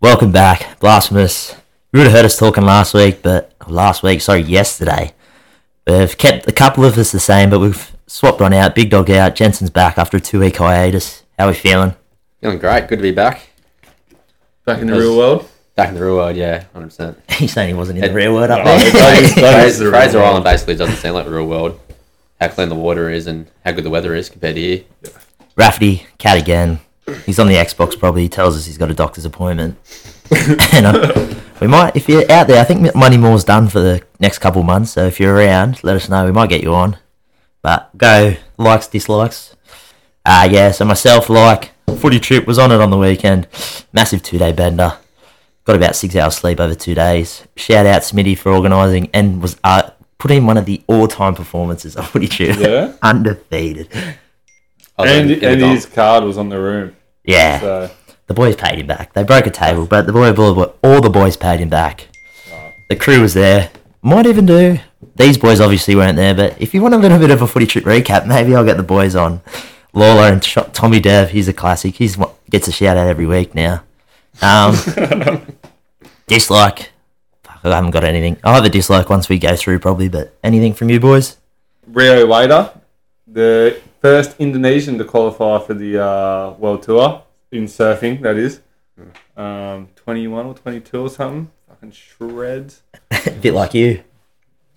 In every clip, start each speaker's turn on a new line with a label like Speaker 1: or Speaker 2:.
Speaker 1: Welcome back, Blasphemous. You would have heard us talking last week, but last week, sorry, yesterday. We've kept a couple of us the same, but we've swapped on out. Big Dog out, Jensen's back after a two week hiatus. How we feeling?
Speaker 2: Feeling great. Good to be back.
Speaker 3: Back in the
Speaker 2: Because-
Speaker 3: real world?
Speaker 2: Back in the real world, yeah, 100%.
Speaker 1: He's saying he wasn't in the
Speaker 2: It-
Speaker 1: real world up
Speaker 3: Oh,
Speaker 1: there.
Speaker 3: it's- it's
Speaker 2: Fraser,
Speaker 3: the real
Speaker 2: Fraser
Speaker 3: world.
Speaker 2: Island basically doesn't seem like the real world. How clean the water is and how good the weather is compared to here.
Speaker 1: Rafferty, cat again. He's on the Xbox probably. He tells us he's got a doctor's appointment. and uh, we might, if you're out there, I think Money More's done for the next couple of months. So if you're around, let us know. We might get you on. But go likes, dislikes. Uh, yeah, so myself, like, footy trip was on it on the weekend. Massive two day bender. Got about six hours sleep over two days. Shout out Smitty for organising and was uh, put in one of the all time performances on footy trip.
Speaker 3: Yeah?
Speaker 1: Undefeated.
Speaker 2: I was
Speaker 3: And,
Speaker 2: in- in the
Speaker 3: and
Speaker 2: dump.
Speaker 3: his card was on the room.
Speaker 1: Yeah.
Speaker 3: So,
Speaker 1: The boys paid him back. They broke a table, but the boy, boy, boy- all the boys paid him back. The crew was there. Might even do. These boys obviously weren't there, but if you want a little bit of a footy trip recap, maybe I'll get the boys on. Lawler and Cho- Tommy Dev, he's a classic. He's what gets a shout out every week now. Um, dislike. Fuck, I haven't got anything. I'll have a dislike once we go through, probably, but anything from you boys?
Speaker 3: Rio Wader, the first Indonesian to qualify for the uh, World Tour in surfing, that is. Um, 21 or 22 or something. Fucking shreds.
Speaker 1: a bit like you.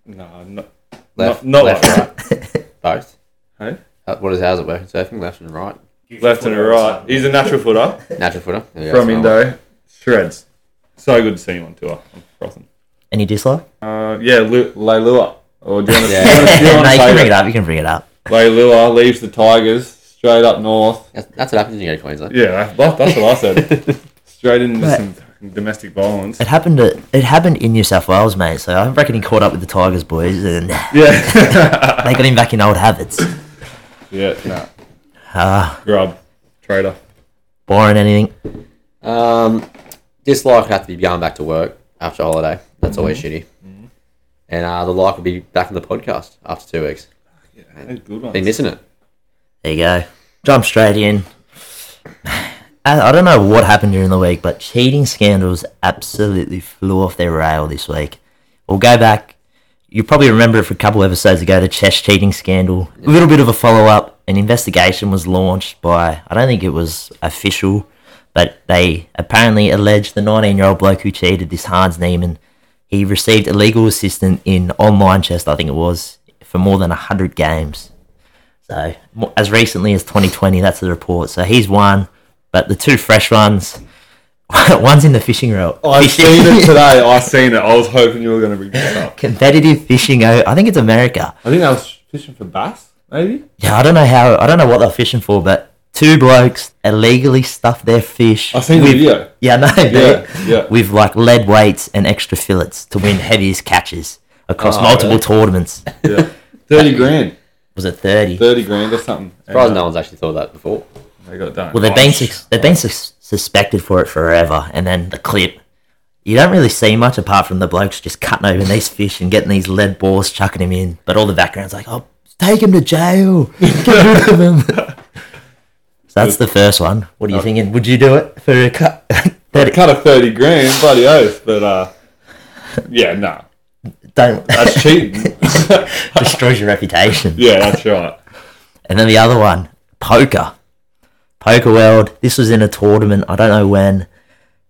Speaker 3: No, not,
Speaker 2: Left,
Speaker 3: not, not
Speaker 2: left,
Speaker 3: like
Speaker 2: right. Both.
Speaker 3: Hey?
Speaker 2: Uh, What is how's it working? Surfing left and right.
Speaker 3: that. Left and right. He's a natural footer
Speaker 2: Natural footer. There we go,
Speaker 3: from
Speaker 2: so-
Speaker 3: Indo. Shreds. So good to see him on tour. I'm frothing.
Speaker 1: Any dislike?
Speaker 3: Uh, yeah, Lu- Leilua. Or do you want to,
Speaker 2: Yeah.
Speaker 3: do you
Speaker 1: no,
Speaker 3: want
Speaker 1: you can
Speaker 3: to play
Speaker 1: bring it up. You can bring it up.
Speaker 3: Leilua leaves the Tigers straight up north.
Speaker 2: That's, that's what happens when you go to Queensland.
Speaker 3: Yeah, that, that's what I said. straight into
Speaker 1: Right.
Speaker 3: some fucking domestic violence.
Speaker 1: It happened. At, it happened in New South Wales, mate. So I reckon he caught up with the Tigers boys, and they Ah.
Speaker 3: Yeah.
Speaker 1: got him back in old habits.
Speaker 3: yeah, nah.
Speaker 1: Ah,
Speaker 3: Grub. Trader.
Speaker 1: boring anything?
Speaker 2: Um, dislike would have to be going back to work after a holiday. That's always
Speaker 3: Mm-hmm.
Speaker 2: shitty. And uh, the like would be back on the podcast after two weeks.
Speaker 3: That's good one.
Speaker 2: Been missing it.
Speaker 1: There you go. Jump straight in. I, I don't know what happened during the week, but cheating scandals absolutely flew off their rail this week. We'll go back. You probably remember it from a couple episodes ago, the chess cheating scandal. A little bit of a follow up. An investigation was launched by, I don't think it was official, but they apparently alleged the 19 year old bloke who cheated, this Hans Neiman, he received illegal assistance in online chess, I think it was, for more than 100 games. So mo- as recently as 2020, that's the report. So he's won, but the two fresh ones, one's in the fishing rod.
Speaker 3: I seen it today. I seen it. I was hoping you were going to bring this up.
Speaker 1: Competitive fishing. o- I think it's America.
Speaker 3: I think I was fishing for bass, maybe.
Speaker 1: Yeah, I don't know how. I don't know what they're fishing for, but two blokes illegally stuffed their fish.
Speaker 3: I seen the
Speaker 1: with-
Speaker 3: video.
Speaker 1: Yeah, no,
Speaker 3: Yeah, yeah.
Speaker 1: With like lead weights and extra fillets to win heaviest catches across
Speaker 2: Oh,
Speaker 1: multiple
Speaker 2: really?
Speaker 1: tournaments.
Speaker 3: Yeah. 30 grand.
Speaker 1: Was it 30?
Speaker 3: 30 grand or something.
Speaker 2: Surprised no one's actually thought of that before.
Speaker 3: They got it done. Oh.
Speaker 1: Well, they've been sus- they've been sus- suspected for it forever, and then the clip. You don't really see much apart from the blokes just cutting open these fish and getting these lead balls, chucking him in. But all the background's like, oh, take him to jail, get rid of him. so that's the first one. What are you thinking? Uh, Would you do it for a cut?
Speaker 3: I'd cut a 30 grand, bloody oath. But, uh, yeah, nah.
Speaker 1: don't
Speaker 3: That's cheating.
Speaker 1: destroys your reputation.
Speaker 3: yeah, that's right.
Speaker 1: And then the other one, poker. Poker World. This was in a tournament. I don't know when.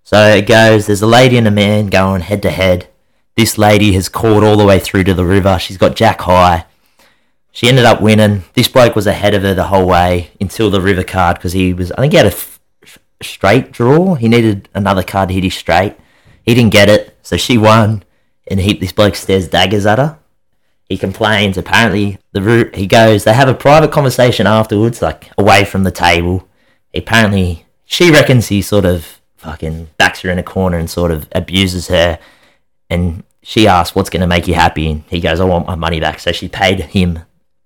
Speaker 1: So it goes there's a lady and a man going head to head. This lady has called all the way through to the river. She's got Jack High. She ended up winning. This bloke was ahead of her the whole way until the river card because he was, I think he had a f- straight draw. He needed another card to hit his straight. He didn't get it. So she won. And he, this bloke stares daggers at her he complains. Apparently, the route he goes, they have a private conversation afterwards, like away from the table. Apparently, she reckons he sort of fucking backs her in a corner and sort of abuses her. And she asks, "What's going to make you happy?" And he goes, "I want my money back." So she paid him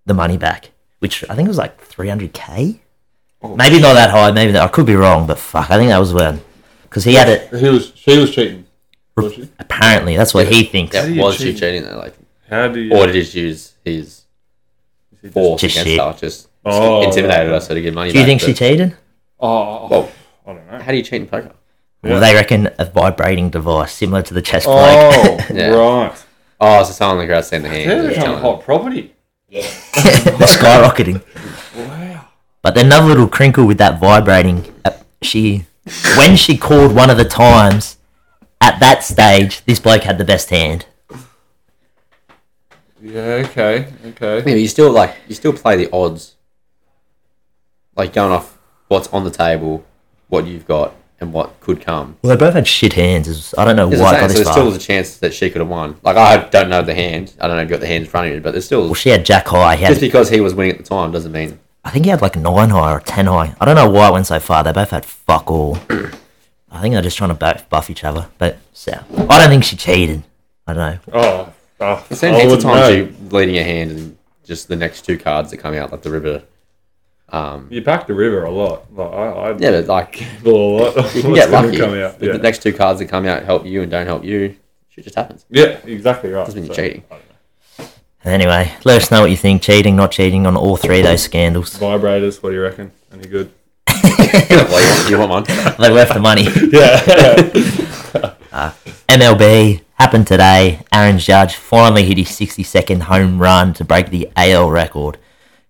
Speaker 1: the money back, which I think was like three hundred k.
Speaker 2: Oh,
Speaker 1: Maybe not that high. Maybe that, I could be wrong, but fuck, I think that was when because he had it.
Speaker 3: He was, she was cheating. Was she?
Speaker 1: Apparently, that's what he thinks.
Speaker 2: Yeah,
Speaker 3: do you
Speaker 2: was she
Speaker 3: cheat?
Speaker 2: cheating though? Like,
Speaker 3: How do you.
Speaker 2: or did she use his force
Speaker 1: Just
Speaker 2: against
Speaker 1: shit.
Speaker 2: her? Just
Speaker 3: Oh,
Speaker 2: intimidated
Speaker 3: right.
Speaker 2: us her to get money.
Speaker 1: Do you
Speaker 2: back,
Speaker 1: think she
Speaker 2: but-
Speaker 1: cheated?
Speaker 3: Oh,
Speaker 2: Well,
Speaker 3: I don't know.
Speaker 2: how do you cheat in poker?
Speaker 1: Well, they reckon a vibrating device similar to the chest plate.
Speaker 3: Oh,
Speaker 2: Yeah.
Speaker 3: right.
Speaker 2: Oh, so someone in the crowd seen the hand.
Speaker 3: They're
Speaker 2: and just
Speaker 3: becoming
Speaker 2: telling
Speaker 3: hot property.
Speaker 1: They're skyrocketing.
Speaker 3: Wow.
Speaker 1: But another little crinkle with that vibrating. uh, She, when she called one of the times, at that stage, this bloke had the best hand.
Speaker 3: Yeah, okay, okay.
Speaker 2: Yeah, but you still like you still play the odds, like going off what's on the table, what you've got, and what could come.
Speaker 1: Well, they both had shit hands. It was- I don't know
Speaker 2: It's
Speaker 1: why it got
Speaker 2: the same, so
Speaker 1: this
Speaker 2: there's
Speaker 1: far.
Speaker 2: still was a chance that she could have won. Like I don't know the hand. I don't know if you got the hand in front of you, but there's still
Speaker 1: Well, she had Jack High. He
Speaker 2: just
Speaker 1: had,
Speaker 2: because he was winning at the time doesn't mean
Speaker 1: I think he had like nine high or ten high. I don't know why it went so far. They both had fuck all. I think they're just trying to buff, buff each other. But so, I don't think she cheated. I don't know.
Speaker 3: Oh, oh
Speaker 2: the same
Speaker 3: I
Speaker 2: heaps of
Speaker 3: wouldn't
Speaker 2: times
Speaker 3: know.
Speaker 2: you leading a hand and just the next two cards that come out, like the river. Um,
Speaker 3: You back the river a lot. Like, I, I
Speaker 2: yeah, but like
Speaker 3: gamble a lot.
Speaker 2: you can
Speaker 3: What's
Speaker 2: get
Speaker 3: gonna
Speaker 2: lucky.
Speaker 3: come out,
Speaker 2: If
Speaker 3: Yeah.
Speaker 2: The next two cards that come out help you and don't help you. Shit just happens.
Speaker 3: yeah, exactly right.
Speaker 2: Doesn't mean you're
Speaker 3: So,
Speaker 2: cheating.
Speaker 3: I don't know.
Speaker 1: Anyway, let us know what you think. Cheating, not cheating on all three of those scandals.
Speaker 3: Vibrators, what do you reckon? Any good?
Speaker 2: Well, you, want, you want one?
Speaker 1: They're worth the money.
Speaker 3: Yeah.
Speaker 1: MLB happened today. Aaron Judge finally hit his 62nd home run to break the AL record.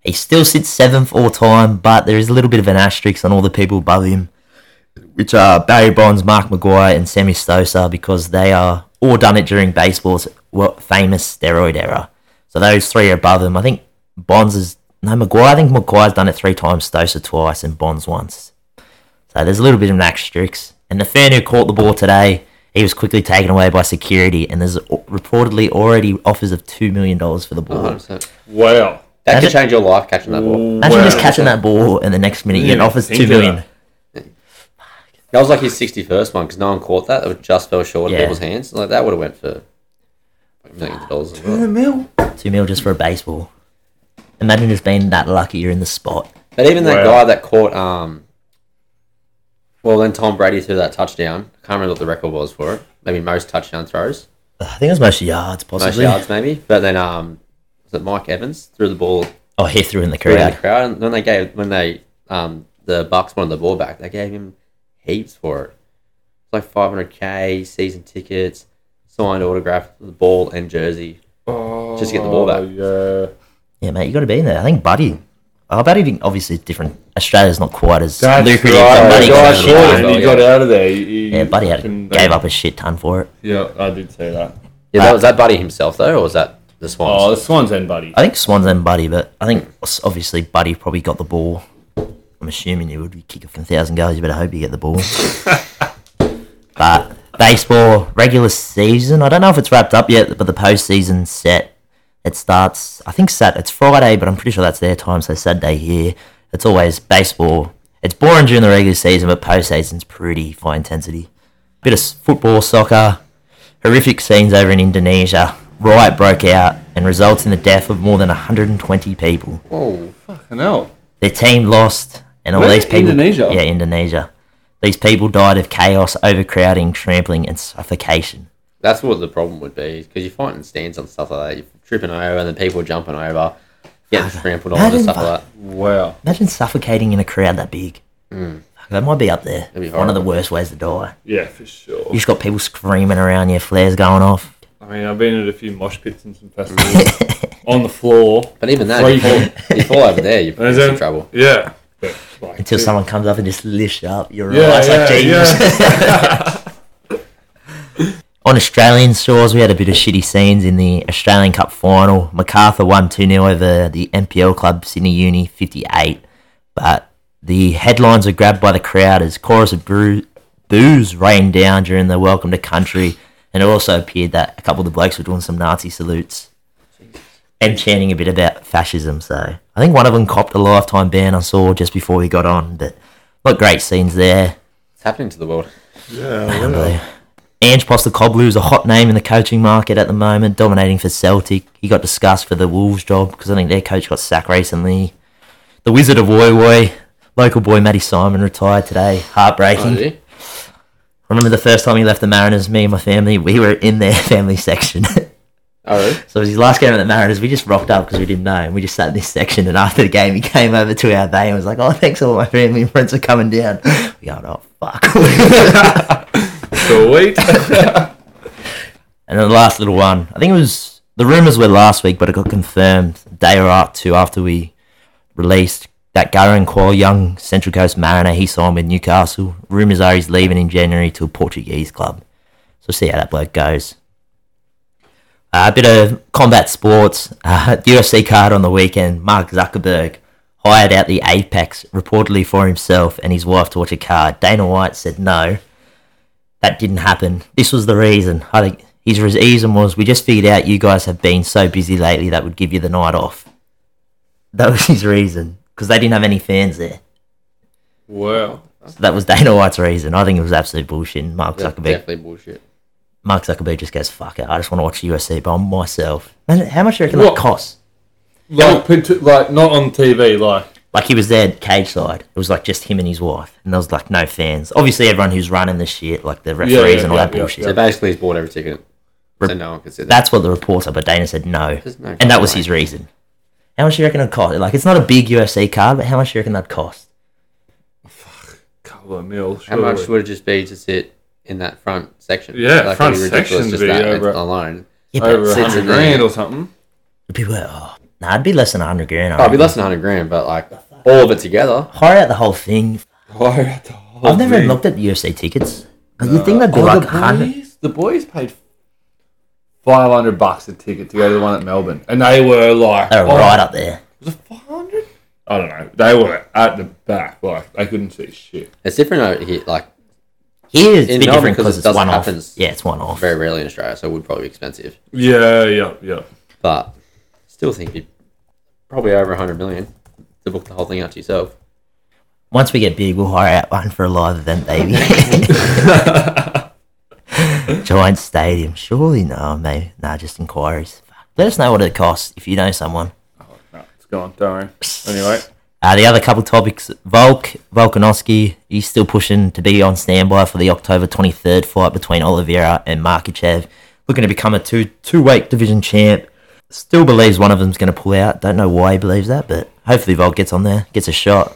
Speaker 1: He still sits seventh all time, but there is a little bit of an asterisk on all the people above him, which are Barry Bonds, Mark McGuire, and Sammy Sosa, because they are all done it during baseball's well, famous steroid era. So those three are above him. I think Bonds is no McGuire. I think McGuire's done it three times, Sosa twice, and Bonds once. So there's a little bit of an asterisk. And the fan who caught the ball today, he was quickly taken away by security, and there's o- reportedly already offers of $2 million for the ball.
Speaker 2: 100%.
Speaker 3: wow.
Speaker 2: That
Speaker 1: Imagine-
Speaker 2: could change your life catching that ball.
Speaker 1: Imagine
Speaker 3: Wow.
Speaker 1: just catching that ball, and the next minute you get
Speaker 3: Yeah,
Speaker 1: offers
Speaker 3: think
Speaker 1: $2 million.
Speaker 3: about
Speaker 2: That was like his 61st one because no one caught that. It just fell short
Speaker 1: Yeah.
Speaker 2: of people's hands. Like that would have went for millions of dollars. As well.
Speaker 1: $2 million just for a baseball. Imagine just being that lucky you're in the spot.
Speaker 2: But even that
Speaker 3: Wow.
Speaker 2: guy that caught, um, well, then Tom Brady threw that touchdown. I can't remember what the record was for it. Maybe most touchdown throws,
Speaker 1: I think it was most yards,
Speaker 2: most
Speaker 1: possibly.
Speaker 2: yards, maybe. But then, um, was it Mike Evans threw the ball
Speaker 1: Oh, he threw in the
Speaker 2: through the
Speaker 1: crowd.
Speaker 2: crowd? And when they gave, when they, um, the Bucks wanted the ball back, they gave him heaps for it. It's like 500k season tickets, signed autograph, the ball and jersey. Just to get the ball back.
Speaker 3: Oh, Yeah.
Speaker 1: Yeah, mate, you got to be in there. I think Buddy. I bet he didn't. Obviously, it's different. Australia's not quite as lucrative.
Speaker 3: right,
Speaker 1: but
Speaker 2: money
Speaker 1: Buddy got
Speaker 3: the
Speaker 2: goes
Speaker 3: guy
Speaker 1: out of
Speaker 2: short
Speaker 1: the
Speaker 3: caught
Speaker 1: way.
Speaker 3: it and
Speaker 2: well,
Speaker 3: he
Speaker 2: yeah.
Speaker 3: got out of there. He- he
Speaker 1: yeah, Buddy had,
Speaker 3: fucking-
Speaker 1: gave up a shit ton for it.
Speaker 3: uh, Yeah, I did see that.
Speaker 2: Yeah, that was that Buddy himself though, or was that the Swans?
Speaker 3: Oh, the Swans End Buddy.
Speaker 1: I think Swan's and Buddy, but I think s- obviously Buddy probably got the ball. I'm assuming you would you kick it from thousand goals. You better hope you get the ball. but baseball regular season, I don't know if it's wrapped up yet, but the postseason set. It starts, I think Sat. It's Friday, but I'm pretty sure that's their time, so Saturday here. It's always baseball. It's boring during the regular season, but postseason's pretty high intensity. Bit of s- football, soccer, horrific scenes over in Indonesia. Riot broke out and results in the death of more than 120 people.
Speaker 2: Whoa.
Speaker 3: Fucking hell.
Speaker 1: Their team lost, and all
Speaker 3: Where?
Speaker 1: these people.
Speaker 3: Indonesia?
Speaker 1: Yeah, Indonesia. These people died of chaos, overcrowding, trampling, and suffocation.
Speaker 2: That's what the problem would be because you're fighting stands on stuff like that. You're tripping over and then people jumping over, getting trampled on and
Speaker 1: Imagine
Speaker 2: stuff like
Speaker 1: that.
Speaker 2: that.
Speaker 3: Wow.
Speaker 1: Imagine suffocating in a crowd that big. Fuck, That might be up there.
Speaker 2: be
Speaker 1: One of the
Speaker 2: horrible.
Speaker 1: worst ways to die.
Speaker 3: Yeah, for sure.
Speaker 1: You just got people screaming around you, flares going off.
Speaker 3: I mean, I've been at a few mosh pits and some festivals on the floor.
Speaker 2: But even that,
Speaker 3: Three
Speaker 2: you fall, you fall over there, you're
Speaker 3: Is
Speaker 2: in
Speaker 3: it-
Speaker 2: trouble.
Speaker 3: Yeah. But, like,
Speaker 1: Until
Speaker 3: yeah.
Speaker 1: someone comes up and just lifts you up. You're
Speaker 3: Yeah,
Speaker 1: right. It's like,
Speaker 3: yeah,
Speaker 1: Jesus. On Australian shores, we had a bit of shitty scenes in the Australian Cup final. MacArthur won 2 0 over the NPL club Sydney Uni 58. But the headlines were grabbed by the crowd as chorus of bru- boos rained down during the Welcome to Country. And it also appeared that a couple of the blokes were doing some Nazi salutes and chanting a bit about fascism. So I think one of them copped a lifetime ban I saw just before we got on. But not great scenes there.
Speaker 2: It's happening to the world.
Speaker 3: Yeah, yeah.
Speaker 1: Unbelievable. Ange Postacoglu is a hot name in the coaching market at the moment, dominating for Celtic. He got discussed for the Wolves job because I think their coach got sacked recently. The Wizard of Woi Woi, local boy Matty Simon retired today. Heartbreaking.
Speaker 2: Really?
Speaker 1: Remember the first time he left the Mariners, me and my family, we were in their family section.
Speaker 2: Oh, really?
Speaker 1: So it was his last game at the Mariners. We just rocked up because we didn't know. And we just sat in this section. And after the game, he came over to our day and was like, oh, thanks all my family and friends for coming down. We go, oh, fuck.
Speaker 3: Sweet.
Speaker 1: and then the last little one, I think it was, the rumours were last week, but it got confirmed a day or out two after we released that Garin Qual, young Central Coast Mariner, he signed with Newcastle. Rumours are he's leaving in January to a Portuguese club. So we'll see how that bloke goes. Uh, a bit of combat sports. Uh, the UFC card on the weekend. Mark Zuckerberg hired out the Apex reportedly for himself and his wife to watch a card. Dana White said no. That didn't happen. This was the reason. I think his reason was we just figured out you guys have been so busy lately that would give you the night off. That was his reason because they didn't have any fans there.
Speaker 3: wow.
Speaker 1: So that was Dana White's reason. I think it was absolute bullshit. Mark
Speaker 2: That's
Speaker 1: Zuckerberg
Speaker 2: definitely bullshit.
Speaker 1: Mark Zuckerberg just goes, fuck it, I just want to watch the UFC by myself. And how much do you reckon
Speaker 3: What?
Speaker 1: that costs?
Speaker 3: Like, pat- like not on TV. Like,
Speaker 1: Like he was there cage side. It was like just him and his wife. And there was like no fans. Obviously everyone who's running the shit, like the referees
Speaker 3: yeah,
Speaker 1: and all
Speaker 3: yeah,
Speaker 1: that
Speaker 3: yeah,
Speaker 1: bullshit.
Speaker 3: yeah.
Speaker 2: So basically, he's bought every ticket, so no one can sit there.
Speaker 1: That's what the reporter, but Dana said no.
Speaker 2: There's no
Speaker 1: and that was
Speaker 2: way.
Speaker 1: his reason. How much do you reckon it cost? Like it's not a big UFC card, but how much do you reckon that cost?
Speaker 3: couple of mil.
Speaker 2: How much
Speaker 3: surely.
Speaker 2: would it just be to sit in that front section?
Speaker 3: Yeah,
Speaker 2: it'd
Speaker 3: front
Speaker 2: be ridiculous
Speaker 3: section
Speaker 2: just
Speaker 3: would be
Speaker 2: that
Speaker 3: over-
Speaker 2: alone.
Speaker 1: Yeah, but
Speaker 3: Over a
Speaker 1: it's-
Speaker 2: sits in
Speaker 3: hundred
Speaker 2: there.
Speaker 3: grand or something.
Speaker 1: people are, oh, nah, it'd be less than hundred grand. I
Speaker 2: Oh, it'd be
Speaker 1: reckon.
Speaker 2: less than 100 grand, but like all of it together.
Speaker 1: Hire out the whole thing.
Speaker 3: Why the whole
Speaker 1: I've never
Speaker 3: thing?
Speaker 1: looked at UFC tickets. Like,
Speaker 2: Uh,
Speaker 1: you think that'd be
Speaker 3: Oh,
Speaker 1: like
Speaker 3: the
Speaker 1: hundred
Speaker 3: boys, the boys paid five hundred bucks a ticket to go to the one at Melbourne, and they were like,
Speaker 1: they're
Speaker 3: oh,
Speaker 1: right up there.
Speaker 3: Was it five hundred? I don't know. They were at the back, like they couldn't see shit.
Speaker 2: It's different out here, like
Speaker 1: Here it's a
Speaker 2: In
Speaker 1: bit
Speaker 2: Melbourne,
Speaker 1: different
Speaker 2: 'cause
Speaker 1: because
Speaker 2: it
Speaker 1: it's
Speaker 2: doesn't
Speaker 1: one off.
Speaker 2: happen.
Speaker 1: Yeah, it's one off.
Speaker 2: very rarely in Australia, so it would probably be expensive.
Speaker 3: Yeah, yeah, yeah.
Speaker 2: But still think it'd be probably over 100 million to book the whole thing out to yourself.
Speaker 1: Once we get big, we'll hire out one for a live event, baby. Giant stadium, surely no, maybe nah, just inquiries. Fuck. Let us know what it costs if you know someone.
Speaker 3: No, it's gone. Don't worry. Anyway,
Speaker 1: Uh, the other couple topics: Volk Volkanovski, he's still pushing to be on standby for the October 23rd fight between Oliveira and Markachev, looking to become a two two weight division champ. Still believes one of them's going to pull out. Don't know why he believes that, but hopefully Volk gets on there, gets a shot.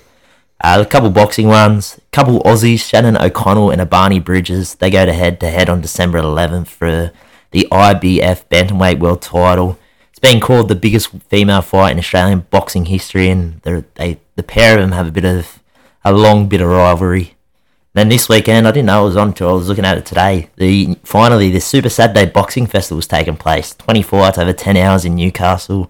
Speaker 1: Uh, a couple boxing ones, couple Aussies, Shannon O'Connell and Abani Bridges. They go to head to head on December 11th for the IBF Bantamweight World Title. It's been called the biggest female fight in Australian boxing history, and they're- they the pair of them have a bit of a long bit of rivalry. Then this weekend, I didn't know it was on until I was looking at it today. The finally the Super Saturday Boxing Festival was taking place. 20 fights over 10 hours in Newcastle.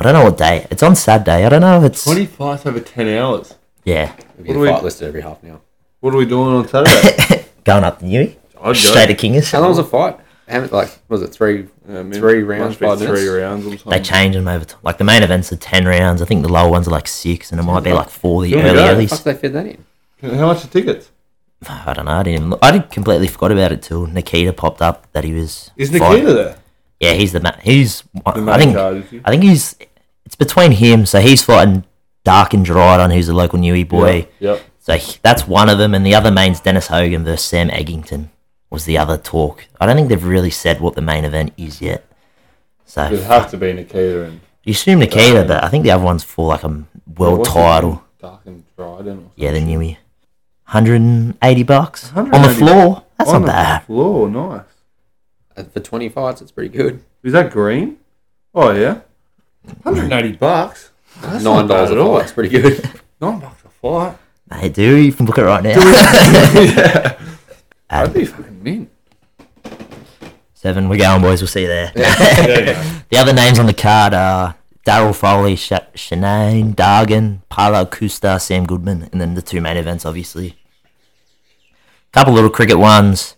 Speaker 1: I don't know what day. It's on Saturday. I don't know if it's
Speaker 3: twenty fights over ten hours.
Speaker 1: yeah
Speaker 2: It'd be
Speaker 3: What
Speaker 2: the
Speaker 3: do we-
Speaker 2: fight listed every half an hour.
Speaker 3: What are we doing on Saturday?
Speaker 1: going up the Newey.
Speaker 3: I'd
Speaker 1: Straight to Kingers.
Speaker 2: How long was the fight? How many, like, was it three,
Speaker 3: Yeah, I mean,
Speaker 2: three rounds,
Speaker 3: Uh, must be
Speaker 2: five minutes?
Speaker 3: three rounds. Or something.
Speaker 1: They change them over time. Like the main events are 10 rounds. I think the lower ones are like six, and it might be like four the
Speaker 3: Yeah,
Speaker 1: early
Speaker 3: yeah.
Speaker 2: How the
Speaker 1: earlies.
Speaker 2: fuck did they fit that in?
Speaker 3: How much are tickets?
Speaker 1: I don't know. I didn't even look. I did completely forgot about it till Nikita popped up that he was.
Speaker 3: Is
Speaker 1: fighting.
Speaker 3: Nikita there?
Speaker 1: Yeah, he's the man. He's. I
Speaker 3: main
Speaker 1: think.
Speaker 3: card, is he?
Speaker 1: I think he's. It's between him. So he's fighting Dark and Dryden, who's a local Newey boy.
Speaker 3: Yep.
Speaker 1: So he- that's one of them, and the other main's Dennis Hogan versus Sam Eggington was the other talk. I don't think they've really said what the main event is yet. So
Speaker 3: It'd have to be Nikita and
Speaker 1: You assume
Speaker 3: Um,
Speaker 1: Nikita, but I think the other one's for like a m- world
Speaker 3: What's his name?
Speaker 1: title.
Speaker 3: Dark and Dryden. Or
Speaker 1: Yeah, the Newey. 180 bucks on the
Speaker 3: 180
Speaker 1: floor. That's
Speaker 3: On
Speaker 1: not
Speaker 3: the
Speaker 1: bad.
Speaker 3: Floor, nice.
Speaker 2: Uh, For 20 fights, it's pretty good.
Speaker 3: Is that green? Oh yeah. 180 bucks. That's
Speaker 2: Nine
Speaker 3: not bad
Speaker 2: dollars a
Speaker 3: at all.
Speaker 2: fight, it's pretty good.
Speaker 3: Nine bucks a fight.
Speaker 1: Mate, do you can book it right now?
Speaker 3: yeah. I'd be fucking mint.
Speaker 1: Seven, we're going, boys. We'll see you there.
Speaker 3: Yeah.
Speaker 1: The other names on the card are Daryl Foley, Sha Shanae Dargan, Paolo Kusta, Sam Goodman, and then the two main events, obviously. Couple little cricket ones.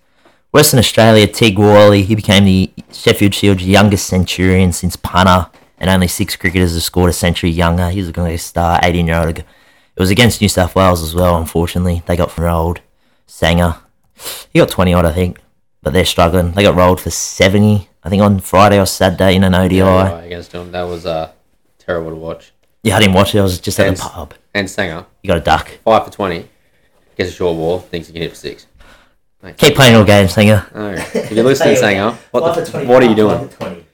Speaker 1: Western Australia, Tig Worley, he became the Sheffield Shield's youngest centurion since punter, and only six cricketers have scored a century younger. He was going to star, 18 year old. It was against New South Wales as well, unfortunately. They got rolled. Sanger, he got 20 odd, I think, but they're struggling. They got rolled for 70, I think, on Friday or Saturday in an ODI.
Speaker 2: Yeah, against him. That was uh, terrible to watch.
Speaker 1: Yeah, I didn't watch it. I was just at
Speaker 2: And-
Speaker 1: the pub.
Speaker 2: And Sanger,
Speaker 1: You got a duck.
Speaker 2: five for 20, gets a short wall, thinks he can hit for six.
Speaker 1: Keep playing all games, Singer.
Speaker 2: No. If you're listening, Sanger, what, the, what are you doing?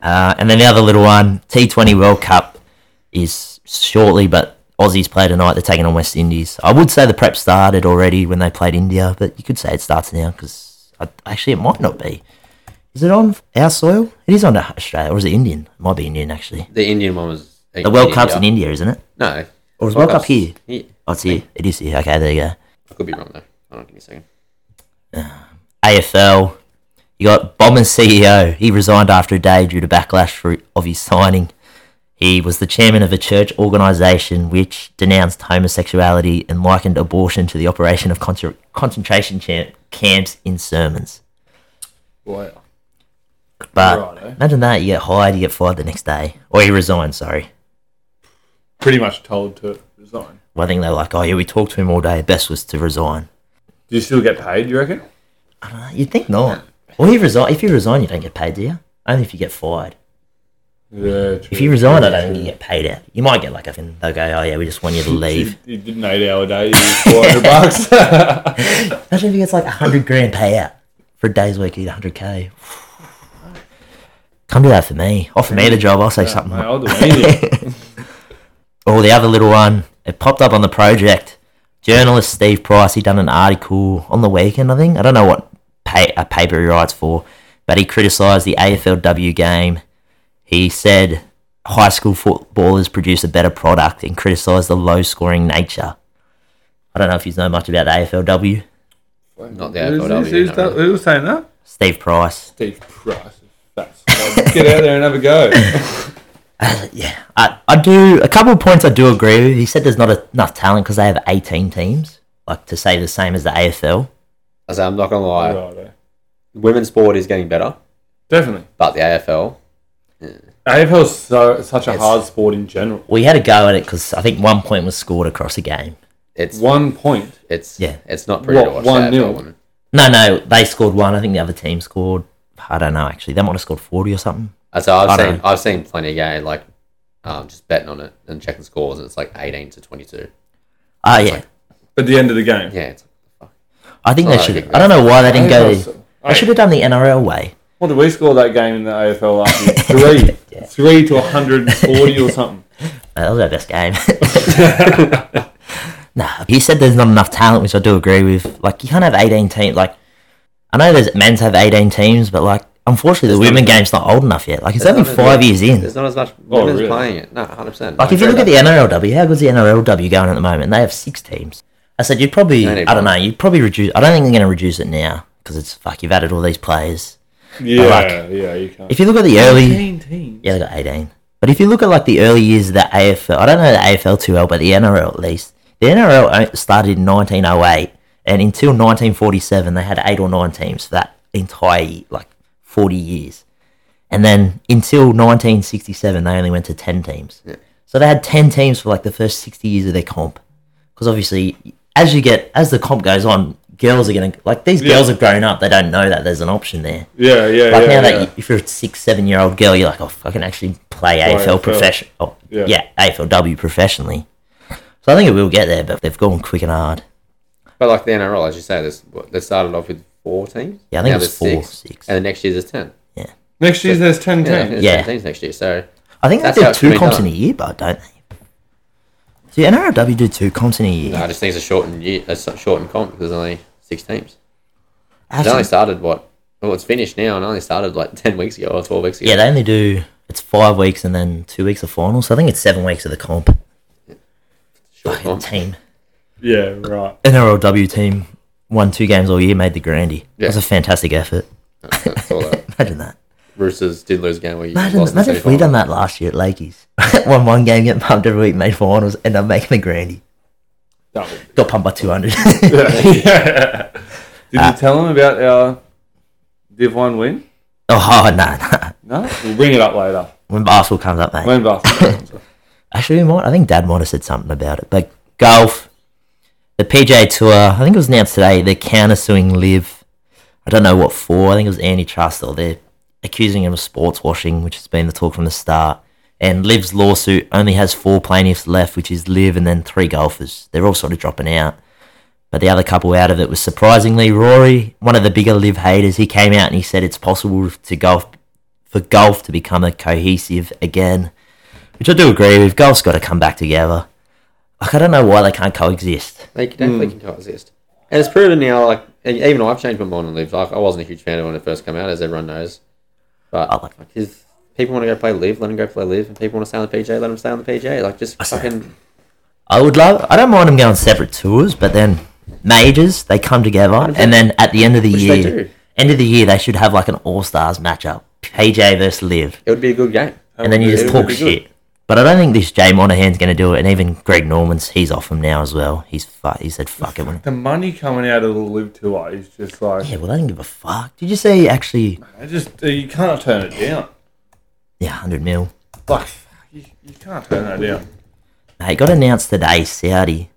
Speaker 1: Uh, and then the other little one, T20 World Cup is shortly, but Aussies play tonight. They're taking on West Indies. I would say the prep started already when they played India, but you could say it starts now because actually it might not be. Is it on our soil? It is on Australia, or is it Indian? It might be Indian actually.
Speaker 2: The Indian one was
Speaker 1: The World Cup's in India, isn't it?
Speaker 2: No,
Speaker 1: Or is
Speaker 2: World
Speaker 1: World Cup
Speaker 2: Cup's
Speaker 1: here?
Speaker 2: here.
Speaker 1: Oh, it's here. It is here. Okay, there you go.
Speaker 2: I could be wrong though. Hold on, give me a second.
Speaker 1: AFL. You got Bombers CEO. He resigned after a day due to backlash for, of his signing. He was the chairman of a church organisation which denounced homosexuality and likened abortion to the operation of contra- concentration cha- camps in sermons.
Speaker 3: Wow.
Speaker 1: But
Speaker 3: Righto.
Speaker 1: imagine that you get hired, you get fired the next day, or you resign. Sorry.
Speaker 3: Pretty much told to resign.
Speaker 1: Well, I think they're like, oh yeah, we talked to him all day. Best was to resign.
Speaker 3: Do you still get paid? You reckon?
Speaker 1: Uh, You'd think not. Well, you resign. If you resign, you don't get paid, do you? Only if you get fired.
Speaker 3: Yeah. True.
Speaker 1: If you resign, I don't think you get paid out. You might get like a thing. They'll go, oh yeah, we just want you to leave.
Speaker 3: You, you did an eight-hour day. You four hundred bucks.
Speaker 1: Imagine if he gets like a hundred grand payout for a day's work. You get hundred k. Come do that for me. Offer me the job. I'll say something.
Speaker 3: Mate, I'll do anything.
Speaker 1: Or the other little one. It popped up on the project. Journalist Steve Price. He done an article on the weekend. I think I don't know what pay, a paper he writes for, but he criticised the AFLW game. He said high school footballers produce a better product and criticised the low scoring nature. I don't know if you know much about the AFLW.
Speaker 2: Not the
Speaker 3: Who's
Speaker 2: AFLW,
Speaker 3: this? Who's
Speaker 2: no,
Speaker 3: that-
Speaker 2: really.
Speaker 3: who was saying that?
Speaker 1: Steve Price.
Speaker 3: Steve Price. That's Get out there and have a go.
Speaker 1: Yeah, I, I do a couple of points I do agree with. He said there's not enough talent because they have 18 teams, like to say the same as the AFL.
Speaker 2: I say I'm not gonna lie.
Speaker 3: Righto.
Speaker 2: Women's sport is getting better,
Speaker 3: Definitely.
Speaker 2: but the AFL.
Speaker 3: AFL's so such a
Speaker 2: It's-
Speaker 3: hard sport in general.
Speaker 1: We had a go at it because I think one point was scored across a game.
Speaker 2: It's
Speaker 3: One point.
Speaker 2: it's
Speaker 1: Yeah.
Speaker 2: It's not pretty
Speaker 3: What,
Speaker 2: to watch.
Speaker 3: one
Speaker 2: One
Speaker 3: nil?
Speaker 2: nil. Women.
Speaker 1: No, no, they scored one. I think the other team scored. I don't know actually. They might have scored 40 or something.
Speaker 2: I say I've
Speaker 1: I
Speaker 2: seen
Speaker 1: don't-
Speaker 2: I've seen plenty of game like um, just betting on it and checking scores, and it's like 18 to 22.
Speaker 1: Oh yeah,
Speaker 3: At the end of the game.
Speaker 2: Yeah, it's
Speaker 1: I think they
Speaker 2: Oh,
Speaker 1: should.
Speaker 2: okay.
Speaker 1: I don't know why they didn't go.
Speaker 3: AFL's
Speaker 1: I should have done the NRL way.
Speaker 3: What did we score that game in the AFL last year? Three. Three to 140 or something.
Speaker 1: Uh, that was our best game. nah, he said there's not enough talent, which I do agree with. Like, you can't have 18 teams. Like, I know there's men's have 18 teams, but like, unfortunately, the women game's not old enough yet. Like, it's only
Speaker 2: not as
Speaker 1: five
Speaker 2: much-
Speaker 1: years in.
Speaker 2: There's not as much women
Speaker 3: really?
Speaker 2: playing it. No, 100. percent
Speaker 1: Like, if you look at the NRLW, how good's the NRLW going at the moment? They have six teams. I said you'd probably,
Speaker 2: They need
Speaker 1: I don't know,
Speaker 2: one.
Speaker 1: you'd probably reduce. I don't think they're going to reduce it now because it's fuck. You've added all these players.
Speaker 3: Yeah,
Speaker 1: like-
Speaker 3: yeah, you can't.
Speaker 1: If you look at the early,
Speaker 3: 18 teams.
Speaker 1: Yeah, they got 18. But if you look at like the early years of the AFL, I don't know the AFL too well, but the NRL at least. The NRL o- started in 1908, and until 1947, they had eight or nine teams for that entire like 40 years. And then until 1967, they only went to 10 teams. So they had 10 teams for like the first 60 years of their comp. Because obviously, as you get as the comp goes on, girls are going to like these
Speaker 3: Yeah.
Speaker 1: girls have grown up. They don't know that there's an option there.
Speaker 3: Yeah, yeah,
Speaker 1: Like
Speaker 3: yeah.
Speaker 1: now
Speaker 3: yeah.
Speaker 1: that you, if you're a six, seven year old girl, you're like, oh, I can actually play AFL
Speaker 3: AFL.
Speaker 1: professional. Oh,
Speaker 3: Yeah.
Speaker 1: yeah. AFLW professionally. So I think it will get there, but they've gone quick and hard.
Speaker 2: But like the NRL, as you say, this what, they started off with four teams.
Speaker 1: Yeah, I think
Speaker 2: Now
Speaker 1: it was
Speaker 2: there's
Speaker 1: four, six.
Speaker 2: and the next year there's ten.
Speaker 3: Next year there's 10
Speaker 2: Yeah, I think
Speaker 3: teams.
Speaker 2: there's
Speaker 1: Yeah.
Speaker 2: 10 teams next year. So
Speaker 1: I think they
Speaker 2: That's how
Speaker 1: do
Speaker 2: it's
Speaker 1: two
Speaker 2: been
Speaker 1: comps
Speaker 2: done.
Speaker 1: in a year, but don't they? Do NRLW do two comps in a year?
Speaker 2: no, I just think it's a shortened year, a s- shortened comp because there's only six teams. It only
Speaker 1: Actually,
Speaker 2: started what? Well, it's finished now, and only started like ten weeks ago or twelve weeks ago.
Speaker 1: yeah, they only do. It's five weeks and then two weeks of finals. So I think it's seven weeks of the comp
Speaker 2: Short comp.
Speaker 1: team.
Speaker 3: Yeah, right.
Speaker 1: NRLW team won two games all year, made the grandy. That was
Speaker 2: Yeah.
Speaker 1: a fantastic effort.
Speaker 2: That's all that.
Speaker 1: Imagine that.
Speaker 2: Roosters did lose a game where you
Speaker 1: Imagine,
Speaker 2: lost. in
Speaker 1: imagine
Speaker 2: the
Speaker 1: if we done
Speaker 2: semi-final.
Speaker 1: that last year at Lakey's. Won one game, get pumped every week, made finals, end up making the grandy.
Speaker 3: That would-
Speaker 1: Got pumped by 200.
Speaker 3: yeah. Ah. Did you tell them about our Div 1 win?
Speaker 1: oh, no, no.
Speaker 3: No? We'll bring it up later.
Speaker 1: When basketball comes up, mate.
Speaker 3: When basketball.
Speaker 1: Actually, we might. I think Dad might have said something about it. But golf, the PJ Tour, I think it was announced today, they're countersuing Live. I don't know what for. I think it was antitrust, or they're accusing him of sports washing, which has been the talk from the start. And Liv's lawsuit only has four plaintiffs left, which is Live and then three golfers. They're all sort of dropping out. But the other couple out of it was surprisingly Rory, one of the bigger Live haters. He came out and he said it's possible to golf for golf to become a cohesive again, which I do agree with. Golf's got to come back together. Like, I don't know why they can't coexist.
Speaker 2: They can definitely
Speaker 1: Hmm.
Speaker 2: can coexist. And it's proven now, like, and even I've changed my mind on Live. Like, I wasn't a huge fan of it when it first came out, as everyone knows. But
Speaker 1: I like-
Speaker 2: like, if people want to go play Live, let them go play Live. And people want to stay on the PGA, let them stay on the PGA. Like, just fucking.
Speaker 1: I would love. I don't mind them going separate tours, but then majors they come together, and then at the end of the
Speaker 2: Which they
Speaker 1: year,
Speaker 2: do.
Speaker 1: end of the year they should have like an All Stars matchup, PJ versus Liv,
Speaker 2: It would be a good game.
Speaker 1: and then you just
Speaker 3: It
Speaker 1: talk
Speaker 3: would be good.
Speaker 1: shit. But I don't think this Jay Monahan's going to do it, and even Greg Norman's he's off him now as well. He's fu- he said fuck it. when-
Speaker 3: The money coming out of the live tour is just like
Speaker 1: Yeah, well, I don't give a fuck. Did you say he actually?
Speaker 3: I just you can't turn it down.
Speaker 1: Yeah, hundred mil.
Speaker 3: Like you, you can't turn that down.
Speaker 1: Mate, it got announced today, Saudi.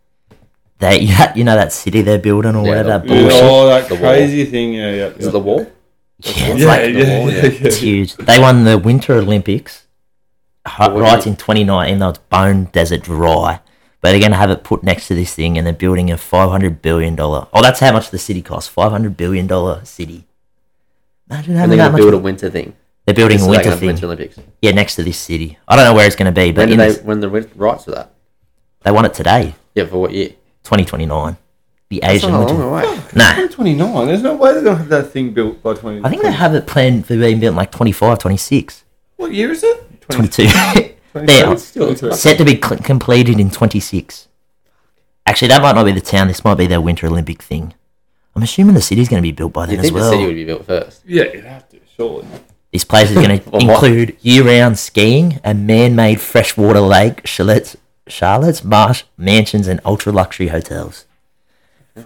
Speaker 1: That you, you know that city they're building or
Speaker 2: Yeah,
Speaker 1: whatever. That
Speaker 2: the- Yeah,
Speaker 1: bullshit.
Speaker 3: Oh, that
Speaker 2: The wall.
Speaker 3: crazy thing. Yeah, yeah.
Speaker 2: Is it the wall?
Speaker 1: Yeah, it's
Speaker 3: yeah,
Speaker 1: like-
Speaker 2: the
Speaker 3: yeah,
Speaker 2: wall,
Speaker 3: yeah,
Speaker 2: yeah.
Speaker 3: yeah.
Speaker 1: It's huge. They won the Winter Olympics hi-
Speaker 2: Oh,
Speaker 1: right
Speaker 2: really?
Speaker 1: in 2019. That was bone desert dry. But they're going to have it put next to this thing and they're building a $500 billion. Oh, that's how much the city costs. $500 billion city. Imagine
Speaker 2: And
Speaker 1: having
Speaker 2: they're
Speaker 1: that
Speaker 2: going to build a
Speaker 1: much.
Speaker 2: winter thing.
Speaker 1: They're building
Speaker 2: This
Speaker 1: a
Speaker 2: is like
Speaker 1: winter
Speaker 2: the
Speaker 1: thing.
Speaker 2: Winter Olympics.
Speaker 1: Yeah, next to this city. I don't know where it's going to be, but
Speaker 2: When
Speaker 1: in
Speaker 2: did they?
Speaker 1: this, they...
Speaker 2: When the win- rights for that?
Speaker 1: won it today,
Speaker 2: Yeah, for what year?
Speaker 1: 2029. The
Speaker 2: It's
Speaker 1: Asian
Speaker 2: not long
Speaker 1: Winter.
Speaker 2: away.
Speaker 1: Nah.
Speaker 3: 29. There's no way they're gonna have that thing built by 20.
Speaker 1: I think they have it planned for being built in like 25, 26,
Speaker 3: What year is it?
Speaker 1: 22. They are.
Speaker 3: Twenty-seven.
Speaker 2: It's still- it's
Speaker 1: Set to be cl- completed in 26. Actually, that might not be the town. This might be their Winter Olympic thing. I'm assuming the city's going to be built by then
Speaker 2: You
Speaker 1: as
Speaker 2: think the
Speaker 1: well.
Speaker 2: city would be built first?
Speaker 3: Yeah, you'd have to surely.
Speaker 1: This place is going to
Speaker 2: what?
Speaker 1: include year-round skiing, a man-made freshwater lake, chalets, Charlotte's marsh mansions, and ultra-luxury hotels. They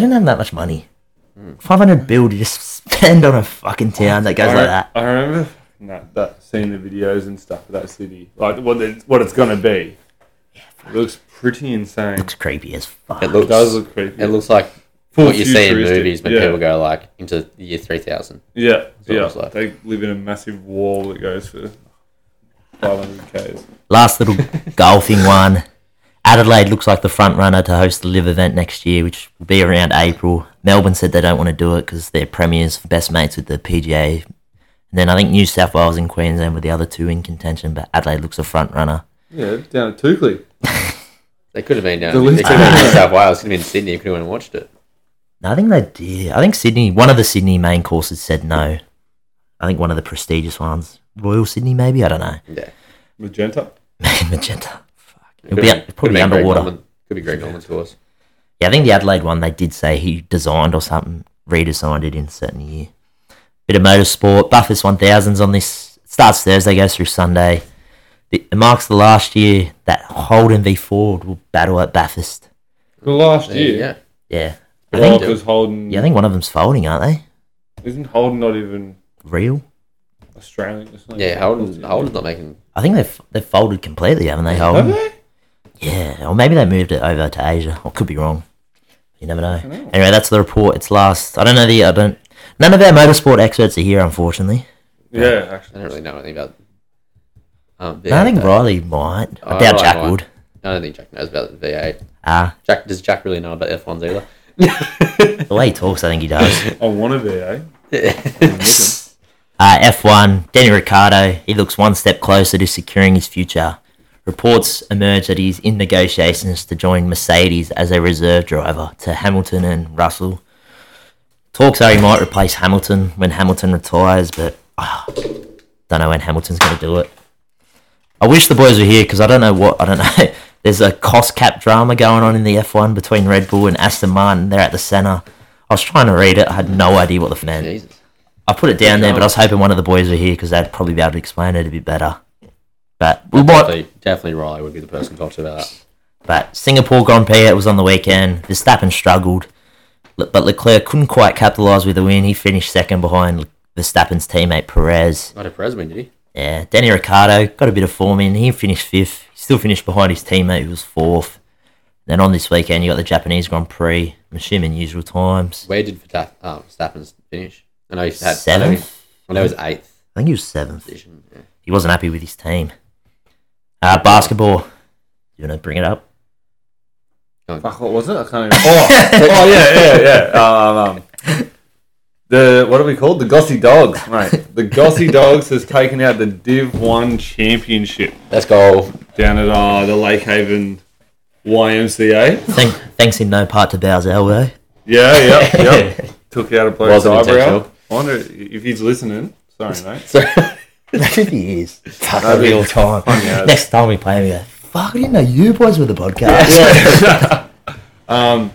Speaker 1: don't have that much money.
Speaker 2: Hmm.
Speaker 1: 500 bill to just spend on a fucking town that goes
Speaker 3: I,
Speaker 1: like that.
Speaker 3: I remember no, that seeing the videos and stuff of that city, like what it, what it's gonna be. It looks pretty insane.
Speaker 1: It's creepy as fuck.
Speaker 2: It looks.
Speaker 3: it does look creepy.
Speaker 2: It looks like
Speaker 3: Full
Speaker 2: what you see in
Speaker 3: futuristic,
Speaker 2: movies when
Speaker 3: yeah.
Speaker 2: people go like into the year three thousand.
Speaker 3: yeah,
Speaker 2: what it
Speaker 3: yeah.
Speaker 2: looks like.
Speaker 3: They live in a massive wall that goes for 500 k's.
Speaker 1: Last little golfing one. Adelaide looks like the front runner to host the live event next year, which will be around April. Melbourne said they don't want to do it because their premiers best mates with the PGA. And then I think New South Wales and Queensland were the other two in contention, but Adelaide looks a front runner.
Speaker 3: Yeah, down at Tukley.
Speaker 2: They could have been down.
Speaker 3: The
Speaker 2: they
Speaker 3: list-
Speaker 2: could have been in New South Wales. Could have been in Sydney. You could have went and watched it.
Speaker 1: No, I think they did. I think Sydney, one of the Sydney main courses said no. I think one of the prestigious ones, Royal Sydney, maybe I don't know.
Speaker 2: Yeah,
Speaker 3: Magenta.
Speaker 1: Magenta. Fuck. It'll be, it'll
Speaker 2: Could
Speaker 1: probably
Speaker 2: have
Speaker 1: be
Speaker 2: been Greg
Speaker 1: underwater.
Speaker 2: Norman. Could be Greg Norman's course.
Speaker 1: Yeah, I think the Adelaide one they did say he designed or something, redesigned it in a certain year. Bit of motorsport, Buffett's 1000s on this. It starts Thursday, goes through Sunday. It marks the last year that Holden v Ford will battle at Bathurst.
Speaker 3: The last
Speaker 2: Yeah,
Speaker 3: year.
Speaker 2: yeah.
Speaker 1: Yeah. I
Speaker 3: Well,
Speaker 1: think,
Speaker 2: do.
Speaker 3: because Holden
Speaker 1: yeah, I think one of them's folding, aren't they?
Speaker 3: isn't Holden not even
Speaker 1: Real?
Speaker 3: Australian? or something?
Speaker 2: yeah Holden, Holden's not making.
Speaker 1: I think they've, they've folded completely, haven't they,
Speaker 3: Have
Speaker 1: Holden?
Speaker 3: they?
Speaker 1: Yeah, or maybe they moved it over to Asia. I could be wrong. You never know.
Speaker 3: know.
Speaker 1: Anyway, that's the report. It's last. I don't know the. I don't. None of our motorsport experts are here, unfortunately.
Speaker 3: Yeah,
Speaker 2: I
Speaker 3: actually.
Speaker 2: don't really know anything about. Um,
Speaker 1: No, I
Speaker 2: VA,
Speaker 1: think
Speaker 2: but
Speaker 1: Riley might. I
Speaker 2: Oh,
Speaker 1: doubt
Speaker 2: Riley
Speaker 1: Jack
Speaker 2: might.
Speaker 1: would.
Speaker 2: I don't think Jack knows about the VA.
Speaker 1: Ah,
Speaker 2: Jack does Jack really know about F1s either?
Speaker 1: the way he talks, I think he does.
Speaker 3: I want to be, eh?
Speaker 1: uh, F1, Danny Ricciardo, he looks one step closer to securing his future. Reports emerge that he's in negotiations to join Mercedes as a reserve driver to Hamilton and Russell. Talks are he might replace Hamilton when Hamilton retires, but ah, don't know when Hamilton's going to do it. I wish the boys were here because I don't know what I don't know. There's a cost cap drama going on in the F1 between Red Bull and Aston Martin. They're at the centre. I was trying to read it. I had no idea what the meant.
Speaker 2: Jesus.
Speaker 1: I put it down there, but I was hoping one of the boys were here because they'd probably be able to explain it a bit better. But we might.
Speaker 2: Definitely, definitely Riley would be the person talked about that.
Speaker 1: But Singapore Grand Prix it was on the weekend. Verstappen struggled, Le- but Leclerc couldn't quite capitalise with the win. He finished second behind Le- Verstappen's teammate Perez.
Speaker 2: Not a Perez win, did he?
Speaker 1: Yeah, Danny Ricciardo got a bit of form in. He finished fifth. He still finished behind his teammate who was fourth. Then on this weekend you got the Japanese Grand Prix. I'm assuming usual times.
Speaker 2: Where did Verstappen um, Verstappen's finish? I know he had
Speaker 1: Seventh?
Speaker 2: I know he was eighth
Speaker 1: I think he was seventh.
Speaker 2: position. Yeah.
Speaker 1: He wasn't happy with his team. Uh, basketball. You want to bring it up?
Speaker 3: Fuck, what was it? I can't even. Oh, oh yeah, yeah, yeah. Um, um, The what are we called? The Gossy Dogs, mate. The Gossy Dogs has taken out the Div One Championship
Speaker 2: Let's go.
Speaker 3: down at uh, the Lake Haven YMCA.
Speaker 1: Thank, thanks in no part to eh? Bow's elbow.
Speaker 3: Yeah, yeah, yeah. Took out a bloke's
Speaker 2: Wasn't
Speaker 3: eyebrow.
Speaker 2: intentional.
Speaker 3: I wonder if he's listening. Sorry, mate.
Speaker 2: So,
Speaker 1: he is. Fuck
Speaker 3: That'd be
Speaker 1: real time.
Speaker 3: funny, yeah.
Speaker 1: Next time we play him, we go, fuck, I didn't know you boys were the podcast.
Speaker 3: um,